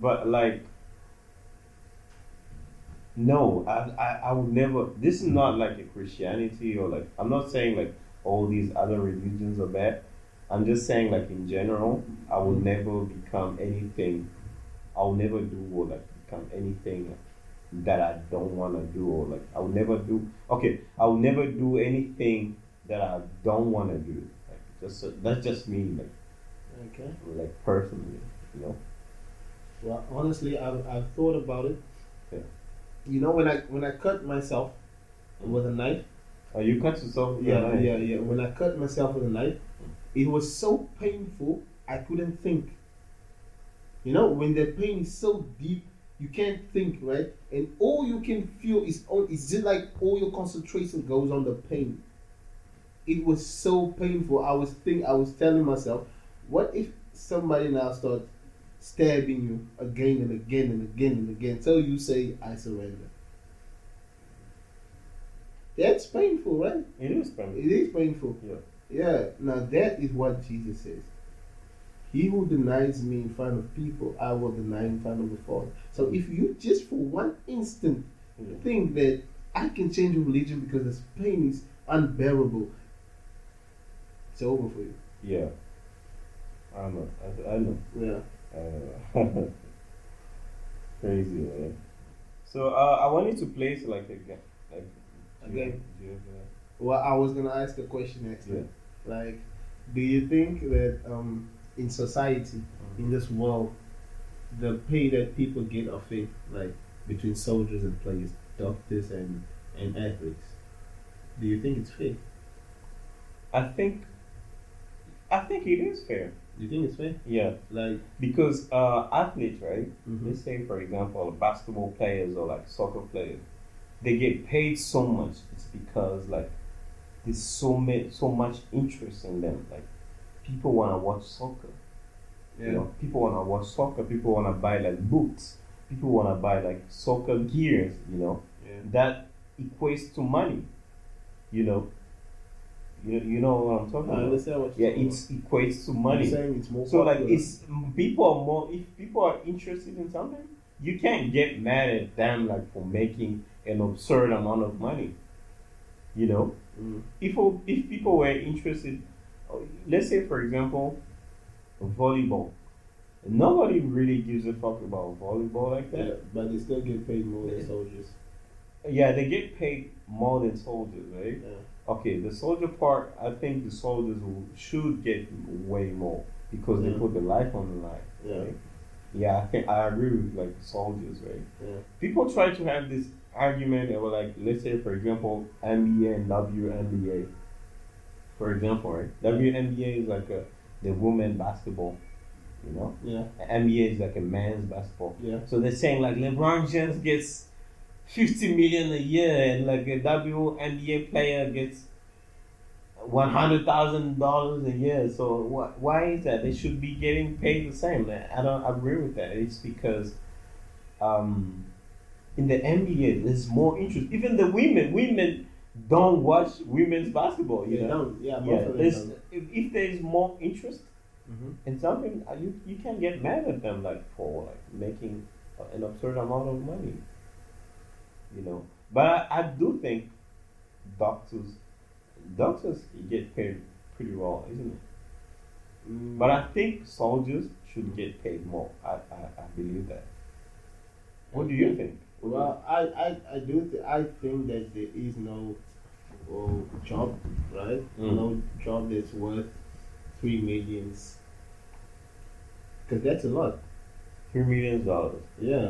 Speaker 1: But like, no, I, I, I would never. This is not like a Christianity or like. I'm not saying like all these other religions are bad. I'm just saying like in general, I will never become anything. I will never do or like become anything that I don't want to do or like I will never do. Okay, I will never do anything that I don't want to do. Like just that's just me. Like
Speaker 2: Okay.
Speaker 1: like personally, you know.
Speaker 2: Well, honestly, I've, I've thought about it.
Speaker 1: Yeah.
Speaker 2: You know, when I when I cut myself with a knife.
Speaker 1: Oh, you cut yourself. with a
Speaker 2: Yeah,
Speaker 1: knife.
Speaker 2: yeah, yeah. When I cut myself with a knife, it was so painful I couldn't think. You know, when the pain is so deep, you can't think, right? And all you can feel is all it's just like all your concentration goes on the pain. It was so painful. I was think I was telling myself, what if somebody now starts stabbing you again and again and again and again till you say I surrender. That's painful, right?
Speaker 1: It is painful.
Speaker 2: It is painful.
Speaker 1: Yeah.
Speaker 2: Yeah. Now that is what Jesus says. He who denies me in front of people, I will deny in front of the Father. So if you just for one instant
Speaker 1: Yeah.
Speaker 2: think that I can change religion because this pain is unbearable, it's over for you.
Speaker 1: Yeah. I know. I, I know.
Speaker 2: Yeah.
Speaker 1: I know. Crazy man. So uh, I wanted to place like a game. Like, do you-
Speaker 2: Okay.
Speaker 1: do you have a-
Speaker 2: Well, I was gonna ask a question actually. Like, do you think that um, in society, in this world, the pay that people get are fair, like between soldiers and players, doctors and and athletes? Do you think it's fair?
Speaker 1: I think. I think it is fair.
Speaker 2: Do you think it's fair?
Speaker 1: Yeah,
Speaker 2: Like,
Speaker 1: because uh, athletes, right?
Speaker 2: mhm.
Speaker 1: Let's say, for example, basketball players or like soccer players, they get paid so much. It's because like there's so much so much interest in them. Like people want to watch soccer. You know, people want to watch soccer. People want to buy like boots. People want to buy like soccer gears. You know,
Speaker 2: yeah,
Speaker 1: that equates to money. You know, you you know what I'm talking
Speaker 2: I
Speaker 1: about.
Speaker 2: understand what
Speaker 1: Yeah,
Speaker 2: you're
Speaker 1: it
Speaker 2: saying.
Speaker 1: equates to
Speaker 2: You're
Speaker 1: money.
Speaker 2: saying it's more
Speaker 1: So like
Speaker 2: popular.
Speaker 1: it's people are more if people are interested in something, you can't get mad at them like for making an absurd amount of money. You know,
Speaker 2: Mm.
Speaker 1: if if people were interested, uh, let's say for example, volleyball. Nobody really gives a fuck about volleyball like
Speaker 2: yeah,
Speaker 1: that.
Speaker 2: but they still get paid more than soldiers.
Speaker 1: Yeah, they get paid more than soldiers, right?
Speaker 2: Yeah.
Speaker 1: Okay, the soldier part, I think the soldiers will, should get way more because they
Speaker 2: Yeah.
Speaker 1: put their life on the line.
Speaker 2: Yeah.
Speaker 1: right? Yeah, I think I agree with like soldiers, right?
Speaker 2: Yeah.
Speaker 1: People try to have this argument about like let's say for example NBA and WNBA. For example, right? WNBA is like a the women basketball, you know?
Speaker 2: Yeah.
Speaker 1: And NBA is like a man's basketball.
Speaker 2: Yeah.
Speaker 1: So they're saying like LeBron James gets fifty million a year and like a WNBA player gets one hundred thousand dollars a year. So wh- why is that? They should be getting paid the same. I don't agree with that. It's because um, in the NBA there's more interest. Even the women, women don't watch women's basketball. You
Speaker 2: Yeah.
Speaker 1: know,
Speaker 2: down. Yeah. Most
Speaker 1: yeah.
Speaker 2: of them
Speaker 1: There's,
Speaker 2: down.
Speaker 1: if, if there is more interest
Speaker 2: Mhm.
Speaker 1: and something uh, you you can get mad at them like for like making a- an absurd amount of money you know but i, I do think doctors doctors get paid pretty well isn't it
Speaker 2: Mm.
Speaker 1: but i think soldiers should get paid more i i, I believe that what do you think
Speaker 2: Well, I, I, I do th- I think that there is no well, job, right?
Speaker 1: Mm.
Speaker 2: No job that's worth three millions. Because that's a lot.
Speaker 1: three million dollars
Speaker 2: Yeah.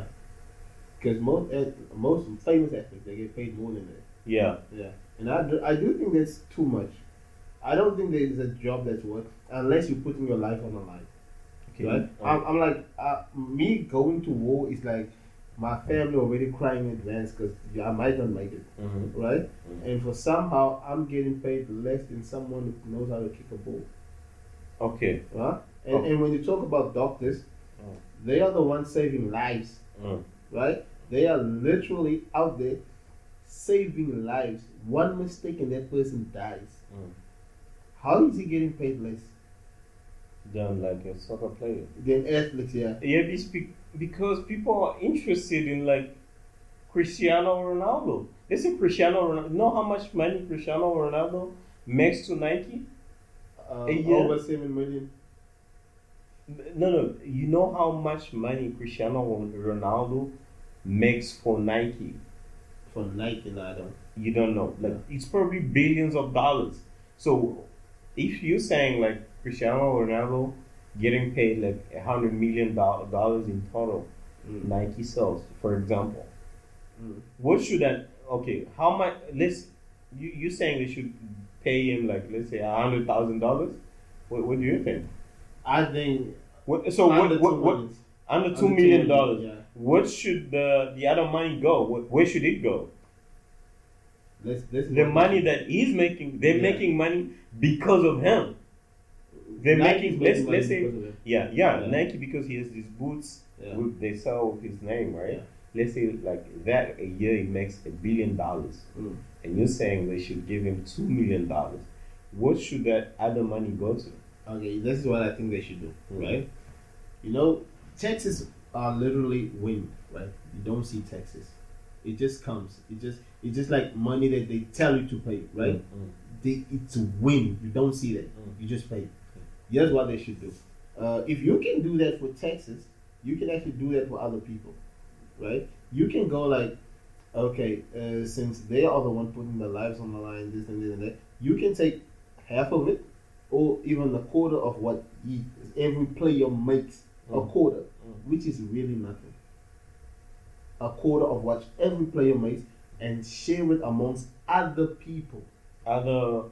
Speaker 2: Because most eth- eh, most famous athletes they get paid more than that.
Speaker 1: Yeah.
Speaker 2: Yeah, and I do, I do think that's too much. I don't think there is a job that's worth unless you're putting your life on the line.
Speaker 1: Okay.
Speaker 2: Right? I'm, I'm like uh, me going to war is like my family already crying in advance because I might not make it.
Speaker 1: Mhm.
Speaker 2: Right?
Speaker 1: Mhm.
Speaker 2: And for somehow I'm getting paid less than someone who knows how to kick a ball.
Speaker 1: Okay.
Speaker 2: Right? And,
Speaker 1: Oh.
Speaker 2: and when you talk about doctors,
Speaker 1: Oh.
Speaker 2: they are the ones saving lives,
Speaker 1: Mm.
Speaker 2: right? They are literally out there saving lives. One mistake and that person dies.
Speaker 1: Mm.
Speaker 2: How is he getting paid less
Speaker 1: Damn, like a soccer player.
Speaker 2: than athletes? Yeah,
Speaker 1: Yeah, it's be- because people are interested in like Cristiano Ronaldo. They say Cristiano Ronaldo. Know how much money Cristiano Ronaldo makes to Nike?
Speaker 2: uh,
Speaker 1: A year?
Speaker 2: over seven million.
Speaker 1: No, no. You know how much money Cristiano Ronaldo makes for Nike?
Speaker 2: For Nike, no, I don't.
Speaker 1: You don't know. Like it's probably billions of dollars. So if you're saying like Cristiano Ronaldo getting paid like a hundred million do- dollars in total,
Speaker 2: Mm.
Speaker 1: Nike sells, for example.
Speaker 2: Mm.
Speaker 1: What should I? Okay, how much? Let's. You you saying they should pay him like let's say a hundred thousand dollars? What What do you think?
Speaker 2: I think
Speaker 1: What, so
Speaker 2: under
Speaker 1: what what,
Speaker 2: two
Speaker 1: what
Speaker 2: millions.
Speaker 1: under
Speaker 2: Under
Speaker 1: two million
Speaker 2: million,
Speaker 1: dollars?
Speaker 2: Yeah,
Speaker 1: What should the the other money go? What, where should it go?
Speaker 2: that's, that's
Speaker 1: The money that he's making, they're
Speaker 2: Yeah.
Speaker 1: making money because of him. they're making- let's-
Speaker 2: money
Speaker 1: let's say-
Speaker 2: because of it.
Speaker 1: Yeah, yeah,
Speaker 2: Yeah.
Speaker 1: Nike because he has these boots
Speaker 2: Yeah.
Speaker 1: with they sell with his name, right? Let's say like that a year he makes a billion dollars.
Speaker 2: Mm.
Speaker 1: and you're saying they should give him two million dollars, what should that other money go to?
Speaker 2: Okay, this is what I think they should do,
Speaker 1: Mm.
Speaker 2: right? You know, taxes are literally wind, right? You don't see taxes. It just comes. It just it's just like money that they tell you to pay, right? They, it's wind. You don't see that.
Speaker 1: Mm.
Speaker 2: You just pay. Here's what they should do. Uh, if you can do that for taxes, you can actually do that for other people, right? You can go like, okay, uh, since they are the one putting their lives on the line, this and this and that, you can take half of it, or even a quarter of what he, every player makes,
Speaker 1: Mm.
Speaker 2: a quarter, which is really nothing. A quarter of what every player makes, and share it amongst other people
Speaker 1: Other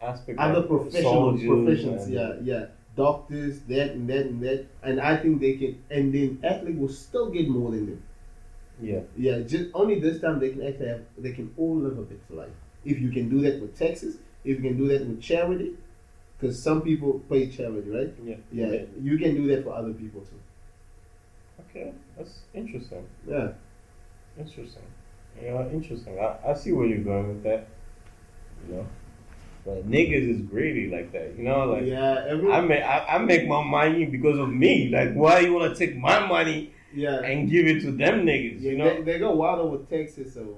Speaker 1: aspects,
Speaker 2: other
Speaker 1: like
Speaker 2: professional
Speaker 1: soldiers
Speaker 2: professions,
Speaker 1: and-
Speaker 2: yeah, yeah. Doctors, that and that and that. And I think they can and then athlete will still get more than them.
Speaker 1: yeah.
Speaker 2: Yeah, just only this time they can actually have they can all live a bit for life. If you can do that with taxes, if you can do that with charity, because some people pay charity, right?
Speaker 1: yeah,
Speaker 2: Yeah, you can do that for other people too.
Speaker 1: Okay, that's interesting.
Speaker 2: Yeah.
Speaker 1: Interesting. Yeah, interesting. I, I see where you're going with that. You know, but niggas is greedy like that. You know, like
Speaker 2: yeah, every,
Speaker 1: I make I, I make my money because of me. Like, why you wanna take my money
Speaker 2: yeah,
Speaker 1: and give it to them niggas?
Speaker 2: yeah
Speaker 1: You know?
Speaker 2: they, they go wild over taxes, so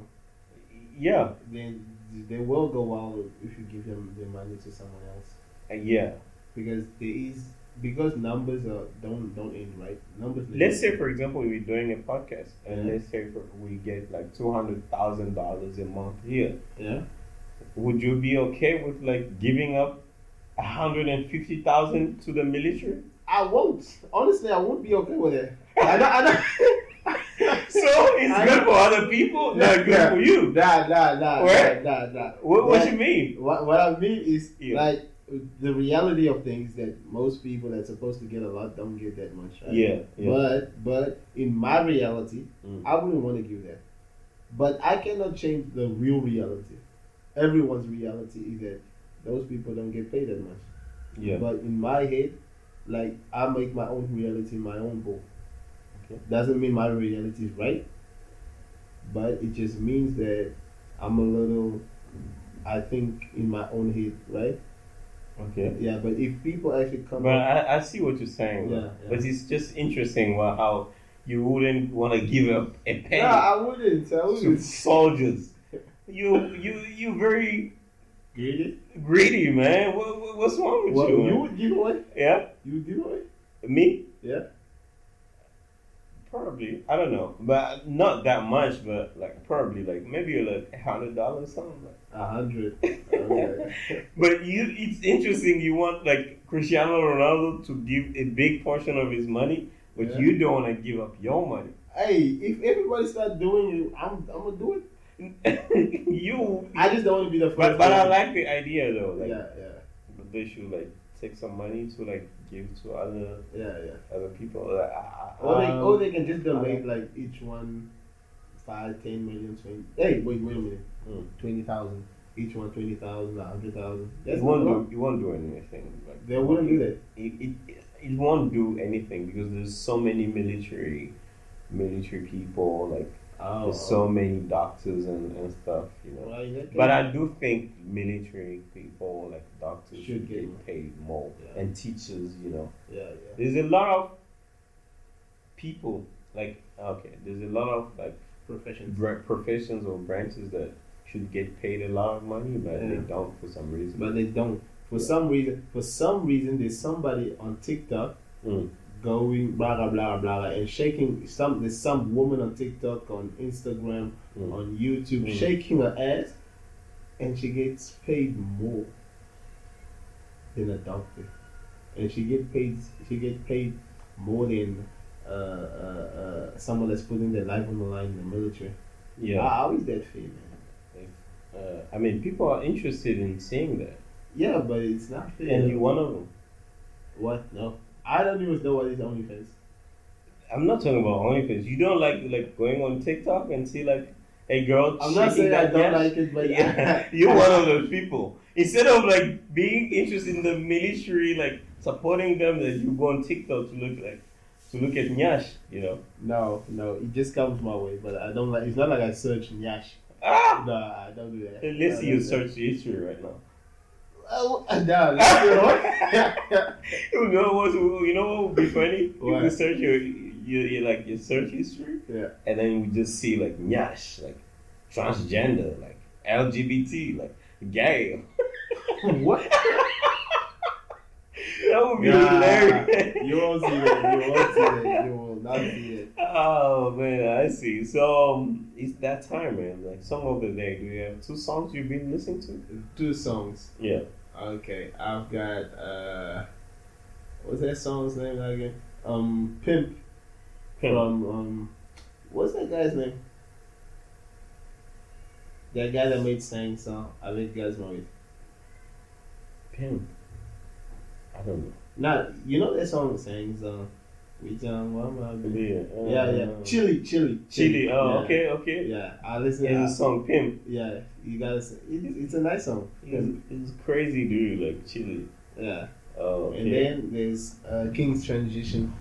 Speaker 1: Yeah,
Speaker 2: then they will go wild if you give them the money to someone else.
Speaker 1: yeah.
Speaker 2: because there is because numbers are don't don't end right. Numbers.
Speaker 1: Let's say, for example, we're doing a podcast, and
Speaker 2: Yeah.
Speaker 1: let's say for, we get like two hundred thousand dollars a month here.
Speaker 2: yeah,
Speaker 1: Would you be okay with like giving up a hundred and fifty thousand to the military?
Speaker 2: I won't. Honestly, I won't be okay with it. I don't. I don't.
Speaker 1: So it's
Speaker 2: I
Speaker 1: good
Speaker 2: know.
Speaker 1: for other people, not
Speaker 2: Yeah,
Speaker 1: good
Speaker 2: yeah.
Speaker 1: for you.
Speaker 2: nah, nah, nah,
Speaker 1: Where?
Speaker 2: nah, nah, nah.
Speaker 1: What, what
Speaker 2: Yeah.
Speaker 1: you mean?
Speaker 2: What what I mean is
Speaker 1: Yeah.
Speaker 2: like the reality of things that most people that's supposed to get a lot don't get that much. Right?
Speaker 1: Yeah, yeah.
Speaker 2: But but in my reality,
Speaker 1: Mm.
Speaker 2: I wouldn't want to give that. But I cannot change the real reality. Everyone's reality is that those people don't get paid that much.
Speaker 1: yeah.
Speaker 2: But in my head, like I make my own reality my own book.
Speaker 1: Okay.
Speaker 2: Doesn't mean my reality is right, but it just means that I'm a little. I think in my own head, right?
Speaker 1: Okay.
Speaker 2: Yeah, but if people actually come,
Speaker 1: But I, I see what you're saying.
Speaker 2: Yeah, yeah.
Speaker 1: But it's just interesting wha- how you wouldn't want to give up a penny.
Speaker 2: no, I wouldn't. I
Speaker 1: to
Speaker 2: wouldn't.
Speaker 1: soldiers. You you you very
Speaker 2: Greedy?
Speaker 1: greedy man. What, what- what's wrong with
Speaker 2: Well,
Speaker 1: you? man?
Speaker 2: you would give away.
Speaker 1: Yeah,
Speaker 2: You would give away.
Speaker 1: me.
Speaker 2: Yeah.
Speaker 1: Probably. I don't know, but not that much. But like probably like maybe like a hundred dollars something. Like.
Speaker 2: A hundred. Okay.
Speaker 1: But you, it's interesting. You want like Cristiano Ronaldo to give a big portion of his money, but
Speaker 2: Yeah.
Speaker 1: you don't want to give up your money.
Speaker 2: Hey, if everybody start doing it, I'm I'm gonna do it.
Speaker 1: you.
Speaker 2: I just don't want to be the first.
Speaker 1: But, but I
Speaker 2: person.
Speaker 1: like the idea though. Like
Speaker 2: yeah, yeah,
Speaker 1: they should like take some money to like give to other
Speaker 2: yeah, yeah.
Speaker 1: other people. Like, I- I-
Speaker 2: Or they,
Speaker 1: um,
Speaker 2: or they can just donate like each one, five, ten million, twenty. Hey, wait, wait a minute. Hmm,
Speaker 1: Mm.
Speaker 2: Twenty thousand. Each one twenty thousand, a hundred thousand.
Speaker 1: it won't do. It won't do anything. Like,
Speaker 2: They wouldn't do that.
Speaker 1: It, it it won't do anything because there's so many military military people. Like
Speaker 2: Oh,
Speaker 1: there's so many doctors and, and stuff. You know.
Speaker 2: Well, in that case-
Speaker 1: But I do think military people, like doctors, should
Speaker 2: Should get more.
Speaker 1: get paid more,
Speaker 2: Yeah.
Speaker 1: and teachers. You know,
Speaker 2: yeah, yeah,
Speaker 1: there's a lot of people. Like okay, there's a lot of like
Speaker 2: profession.
Speaker 1: br- professions or branches that should get paid a lot of money, but they
Speaker 2: Yeah.
Speaker 1: don't for some reason.
Speaker 2: But they don't. For some reason, for some reason, there's somebody on TikTok
Speaker 1: Mm.
Speaker 2: going blah blah blah blah blah, and shaking some. There's some woman on TikTok, on Instagram,
Speaker 1: Mm.
Speaker 2: on YouTube,
Speaker 1: Mm.
Speaker 2: shaking her ass, and she gets paid more than a doctor, and she get paid. She get paid more than uh, uh, uh, someone that's putting their life on the line in the military.
Speaker 1: yeah,
Speaker 2: How how is that fair, man?
Speaker 1: uh, I mean, people are interested in seeing that,
Speaker 2: Yeah, but it's not fair.
Speaker 1: and you're one of them.
Speaker 2: What? No. I don't even know what is OnlyFans.
Speaker 1: I'm not talking about OnlyFans. You don't like like going on TikTok and see like a girl.
Speaker 2: I'm not
Speaker 1: shaking
Speaker 2: saying I
Speaker 1: that
Speaker 2: don't
Speaker 1: ass?
Speaker 2: like it, but
Speaker 1: Yeah, you're one of those people. Instead of like being interested in the military, like supporting them, that you go on TikTok to look like to look at Nyash, you know.
Speaker 2: no, no, it just comes my way, but I don't like. It's not like I search Nyash.
Speaker 1: Ah,
Speaker 2: No, I don't do that.
Speaker 1: let's see you
Speaker 2: No, no,
Speaker 1: search history right now.
Speaker 2: Oh, no, that's wrong.
Speaker 1: You know what? You know what would be funny? You
Speaker 2: What?
Speaker 1: could search your, your, your like your search history,
Speaker 2: Yeah.
Speaker 1: and then we just see like Nyash, like transgender, like LGBT, like gay.
Speaker 2: what?
Speaker 1: That would be
Speaker 2: Nah.
Speaker 1: hilarious.
Speaker 2: You won't see that. You won't see that. You will not see that.
Speaker 1: Oh man, I see. So um, it's that time, man. Like song of the day. Do you have two songs you've been listening to?
Speaker 2: Two songs.
Speaker 1: Yeah.
Speaker 2: Okay, I've got uh, what's that song's name again? Um, Pimp
Speaker 1: Pimp.
Speaker 2: from um, what's that guy's name? That guy that made Sang song. I think guys know it.
Speaker 1: Pimp. I don't know.
Speaker 2: Now you know that song Sang song. We done one more.
Speaker 1: Yeah.
Speaker 2: Yeah, yeah. Uh, Chili, chili,
Speaker 1: Chili. Oh,
Speaker 2: yeah.
Speaker 1: okay, okay.
Speaker 2: Yeah, I listen.
Speaker 1: There's
Speaker 2: Yeah,
Speaker 1: a song Pimp.
Speaker 2: yeah you guys. It, it's a nice song.
Speaker 1: It's, it's crazy, dude. Like Chili.
Speaker 2: Yeah,
Speaker 1: Oh, okay.
Speaker 2: and then there's uh, King's Transition.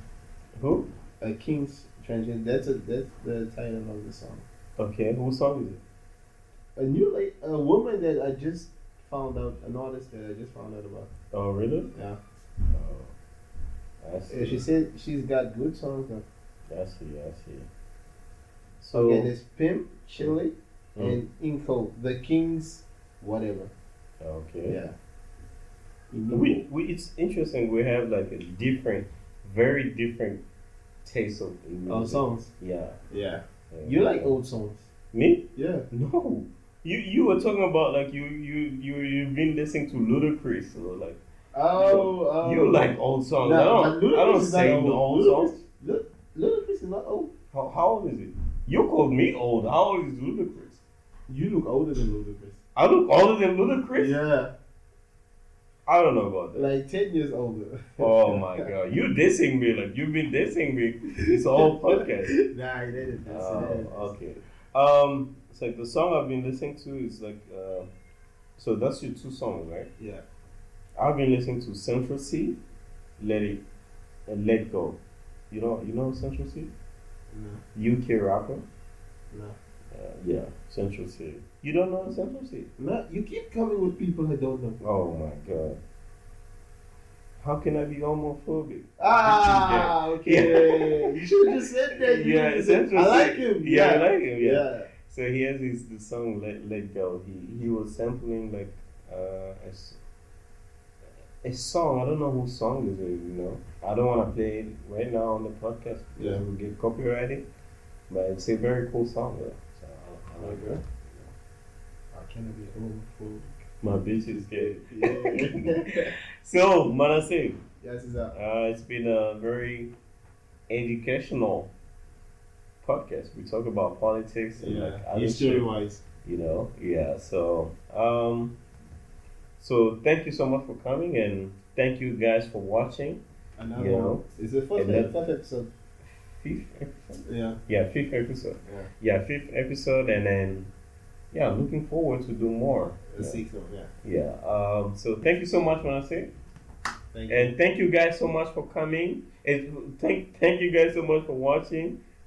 Speaker 1: who?
Speaker 2: a king's transition. That's a, that's the title of the song.
Speaker 1: Okay, whose song is it?
Speaker 2: A new late, a woman that I just found out, an artist that I just found out about.
Speaker 1: Oh, really?
Speaker 2: Yeah,
Speaker 1: Oh, I
Speaker 2: And
Speaker 1: see.
Speaker 2: she said she's got good songs. Though.
Speaker 1: I see. I see. So
Speaker 2: Okay, there's Pimp, Chili,
Speaker 1: Mm.
Speaker 2: and Inco, the Kings, whatever.
Speaker 1: okay.
Speaker 2: Yeah.
Speaker 1: We, we it's interesting. We have like a different, very different taste of in music.
Speaker 2: Oh, songs.
Speaker 1: Yeah.
Speaker 2: Yeah.
Speaker 1: yeah.
Speaker 2: You like old songs.
Speaker 1: me?
Speaker 2: Yeah.
Speaker 1: No. You you were talking about like you you you you've been listening to Ludacris or like
Speaker 2: Oh, oh.
Speaker 1: you like old songs.
Speaker 2: No,
Speaker 1: I don't
Speaker 2: but
Speaker 1: I
Speaker 2: Ludacris
Speaker 1: don't
Speaker 2: is not
Speaker 1: sing
Speaker 2: old.
Speaker 1: the old
Speaker 2: Ludacris-
Speaker 1: songs.
Speaker 2: Lu- Ludacris is not old.
Speaker 1: How, how old is it? You called me old. How old is Ludacris?
Speaker 2: You look older than Ludacris.
Speaker 1: I look older than Ludacris.
Speaker 2: Yeah.
Speaker 1: I don't know about that.
Speaker 2: Like ten years older.
Speaker 1: Oh my god, you dissing me like you've been dissing me this whole podcast.
Speaker 2: Nah, it didn't. That's it.
Speaker 1: Oh, okay. Um, it's like the song I've been listening to is like, uh, so that's your two songs, right?
Speaker 2: Yeah.
Speaker 1: I've been listening to Central C, Let It, and Let Go. You know, you know Central C,
Speaker 2: No,
Speaker 1: UK rapper.
Speaker 2: no.
Speaker 1: Uh, yeah, Central C. You don't know Central C?
Speaker 2: No, you keep coming with people I don't know.
Speaker 1: Oh my god. How can I be homophobic?
Speaker 2: Ah, okay. you should have just said
Speaker 1: yeah,
Speaker 2: that. You
Speaker 1: yeah
Speaker 2: should've
Speaker 1: Central
Speaker 2: said- I
Speaker 1: C.
Speaker 2: like him.
Speaker 1: Yeah,
Speaker 2: Yeah,
Speaker 1: I like him.
Speaker 2: yeah.
Speaker 1: yeah. So he has his the song "Let Let Go." He he was sampling like uh, a, s- a song. I don't know whose song this is. You know, I don't want to play it right now on the podcast.
Speaker 2: Yeah.
Speaker 1: because we get copyrighted. But it's a very cool song. though. So I, I like it.
Speaker 2: Oh, I cannot be homophobic.
Speaker 1: My bitch is gay.
Speaker 2: Yeah.
Speaker 1: So Manasseh,
Speaker 2: yes, is that.
Speaker 1: uh, it's been a very educational podcast. We talk about politics and
Speaker 2: Yeah,
Speaker 1: like other
Speaker 2: history
Speaker 1: shit,
Speaker 2: wise.
Speaker 1: you know. Yeah. So um, so thank you so much for coming and thank you guys for watching.
Speaker 2: Another
Speaker 1: You know,
Speaker 2: one. It's the first,
Speaker 1: and then-
Speaker 2: first episode.
Speaker 1: Fifth episode.
Speaker 2: Yeah.
Speaker 1: Yeah, fifth episode.
Speaker 2: Yeah.
Speaker 1: Yeah, fifth episode, and then yeah, I'm looking forward to do more.
Speaker 2: The
Speaker 1: Yeah.
Speaker 2: sixth one. Yeah.
Speaker 1: Yeah. Um, so thank you so much, Manasseh.
Speaker 2: Thank you.
Speaker 1: And thank you guys so much for coming. And thank thank you guys so much for watching.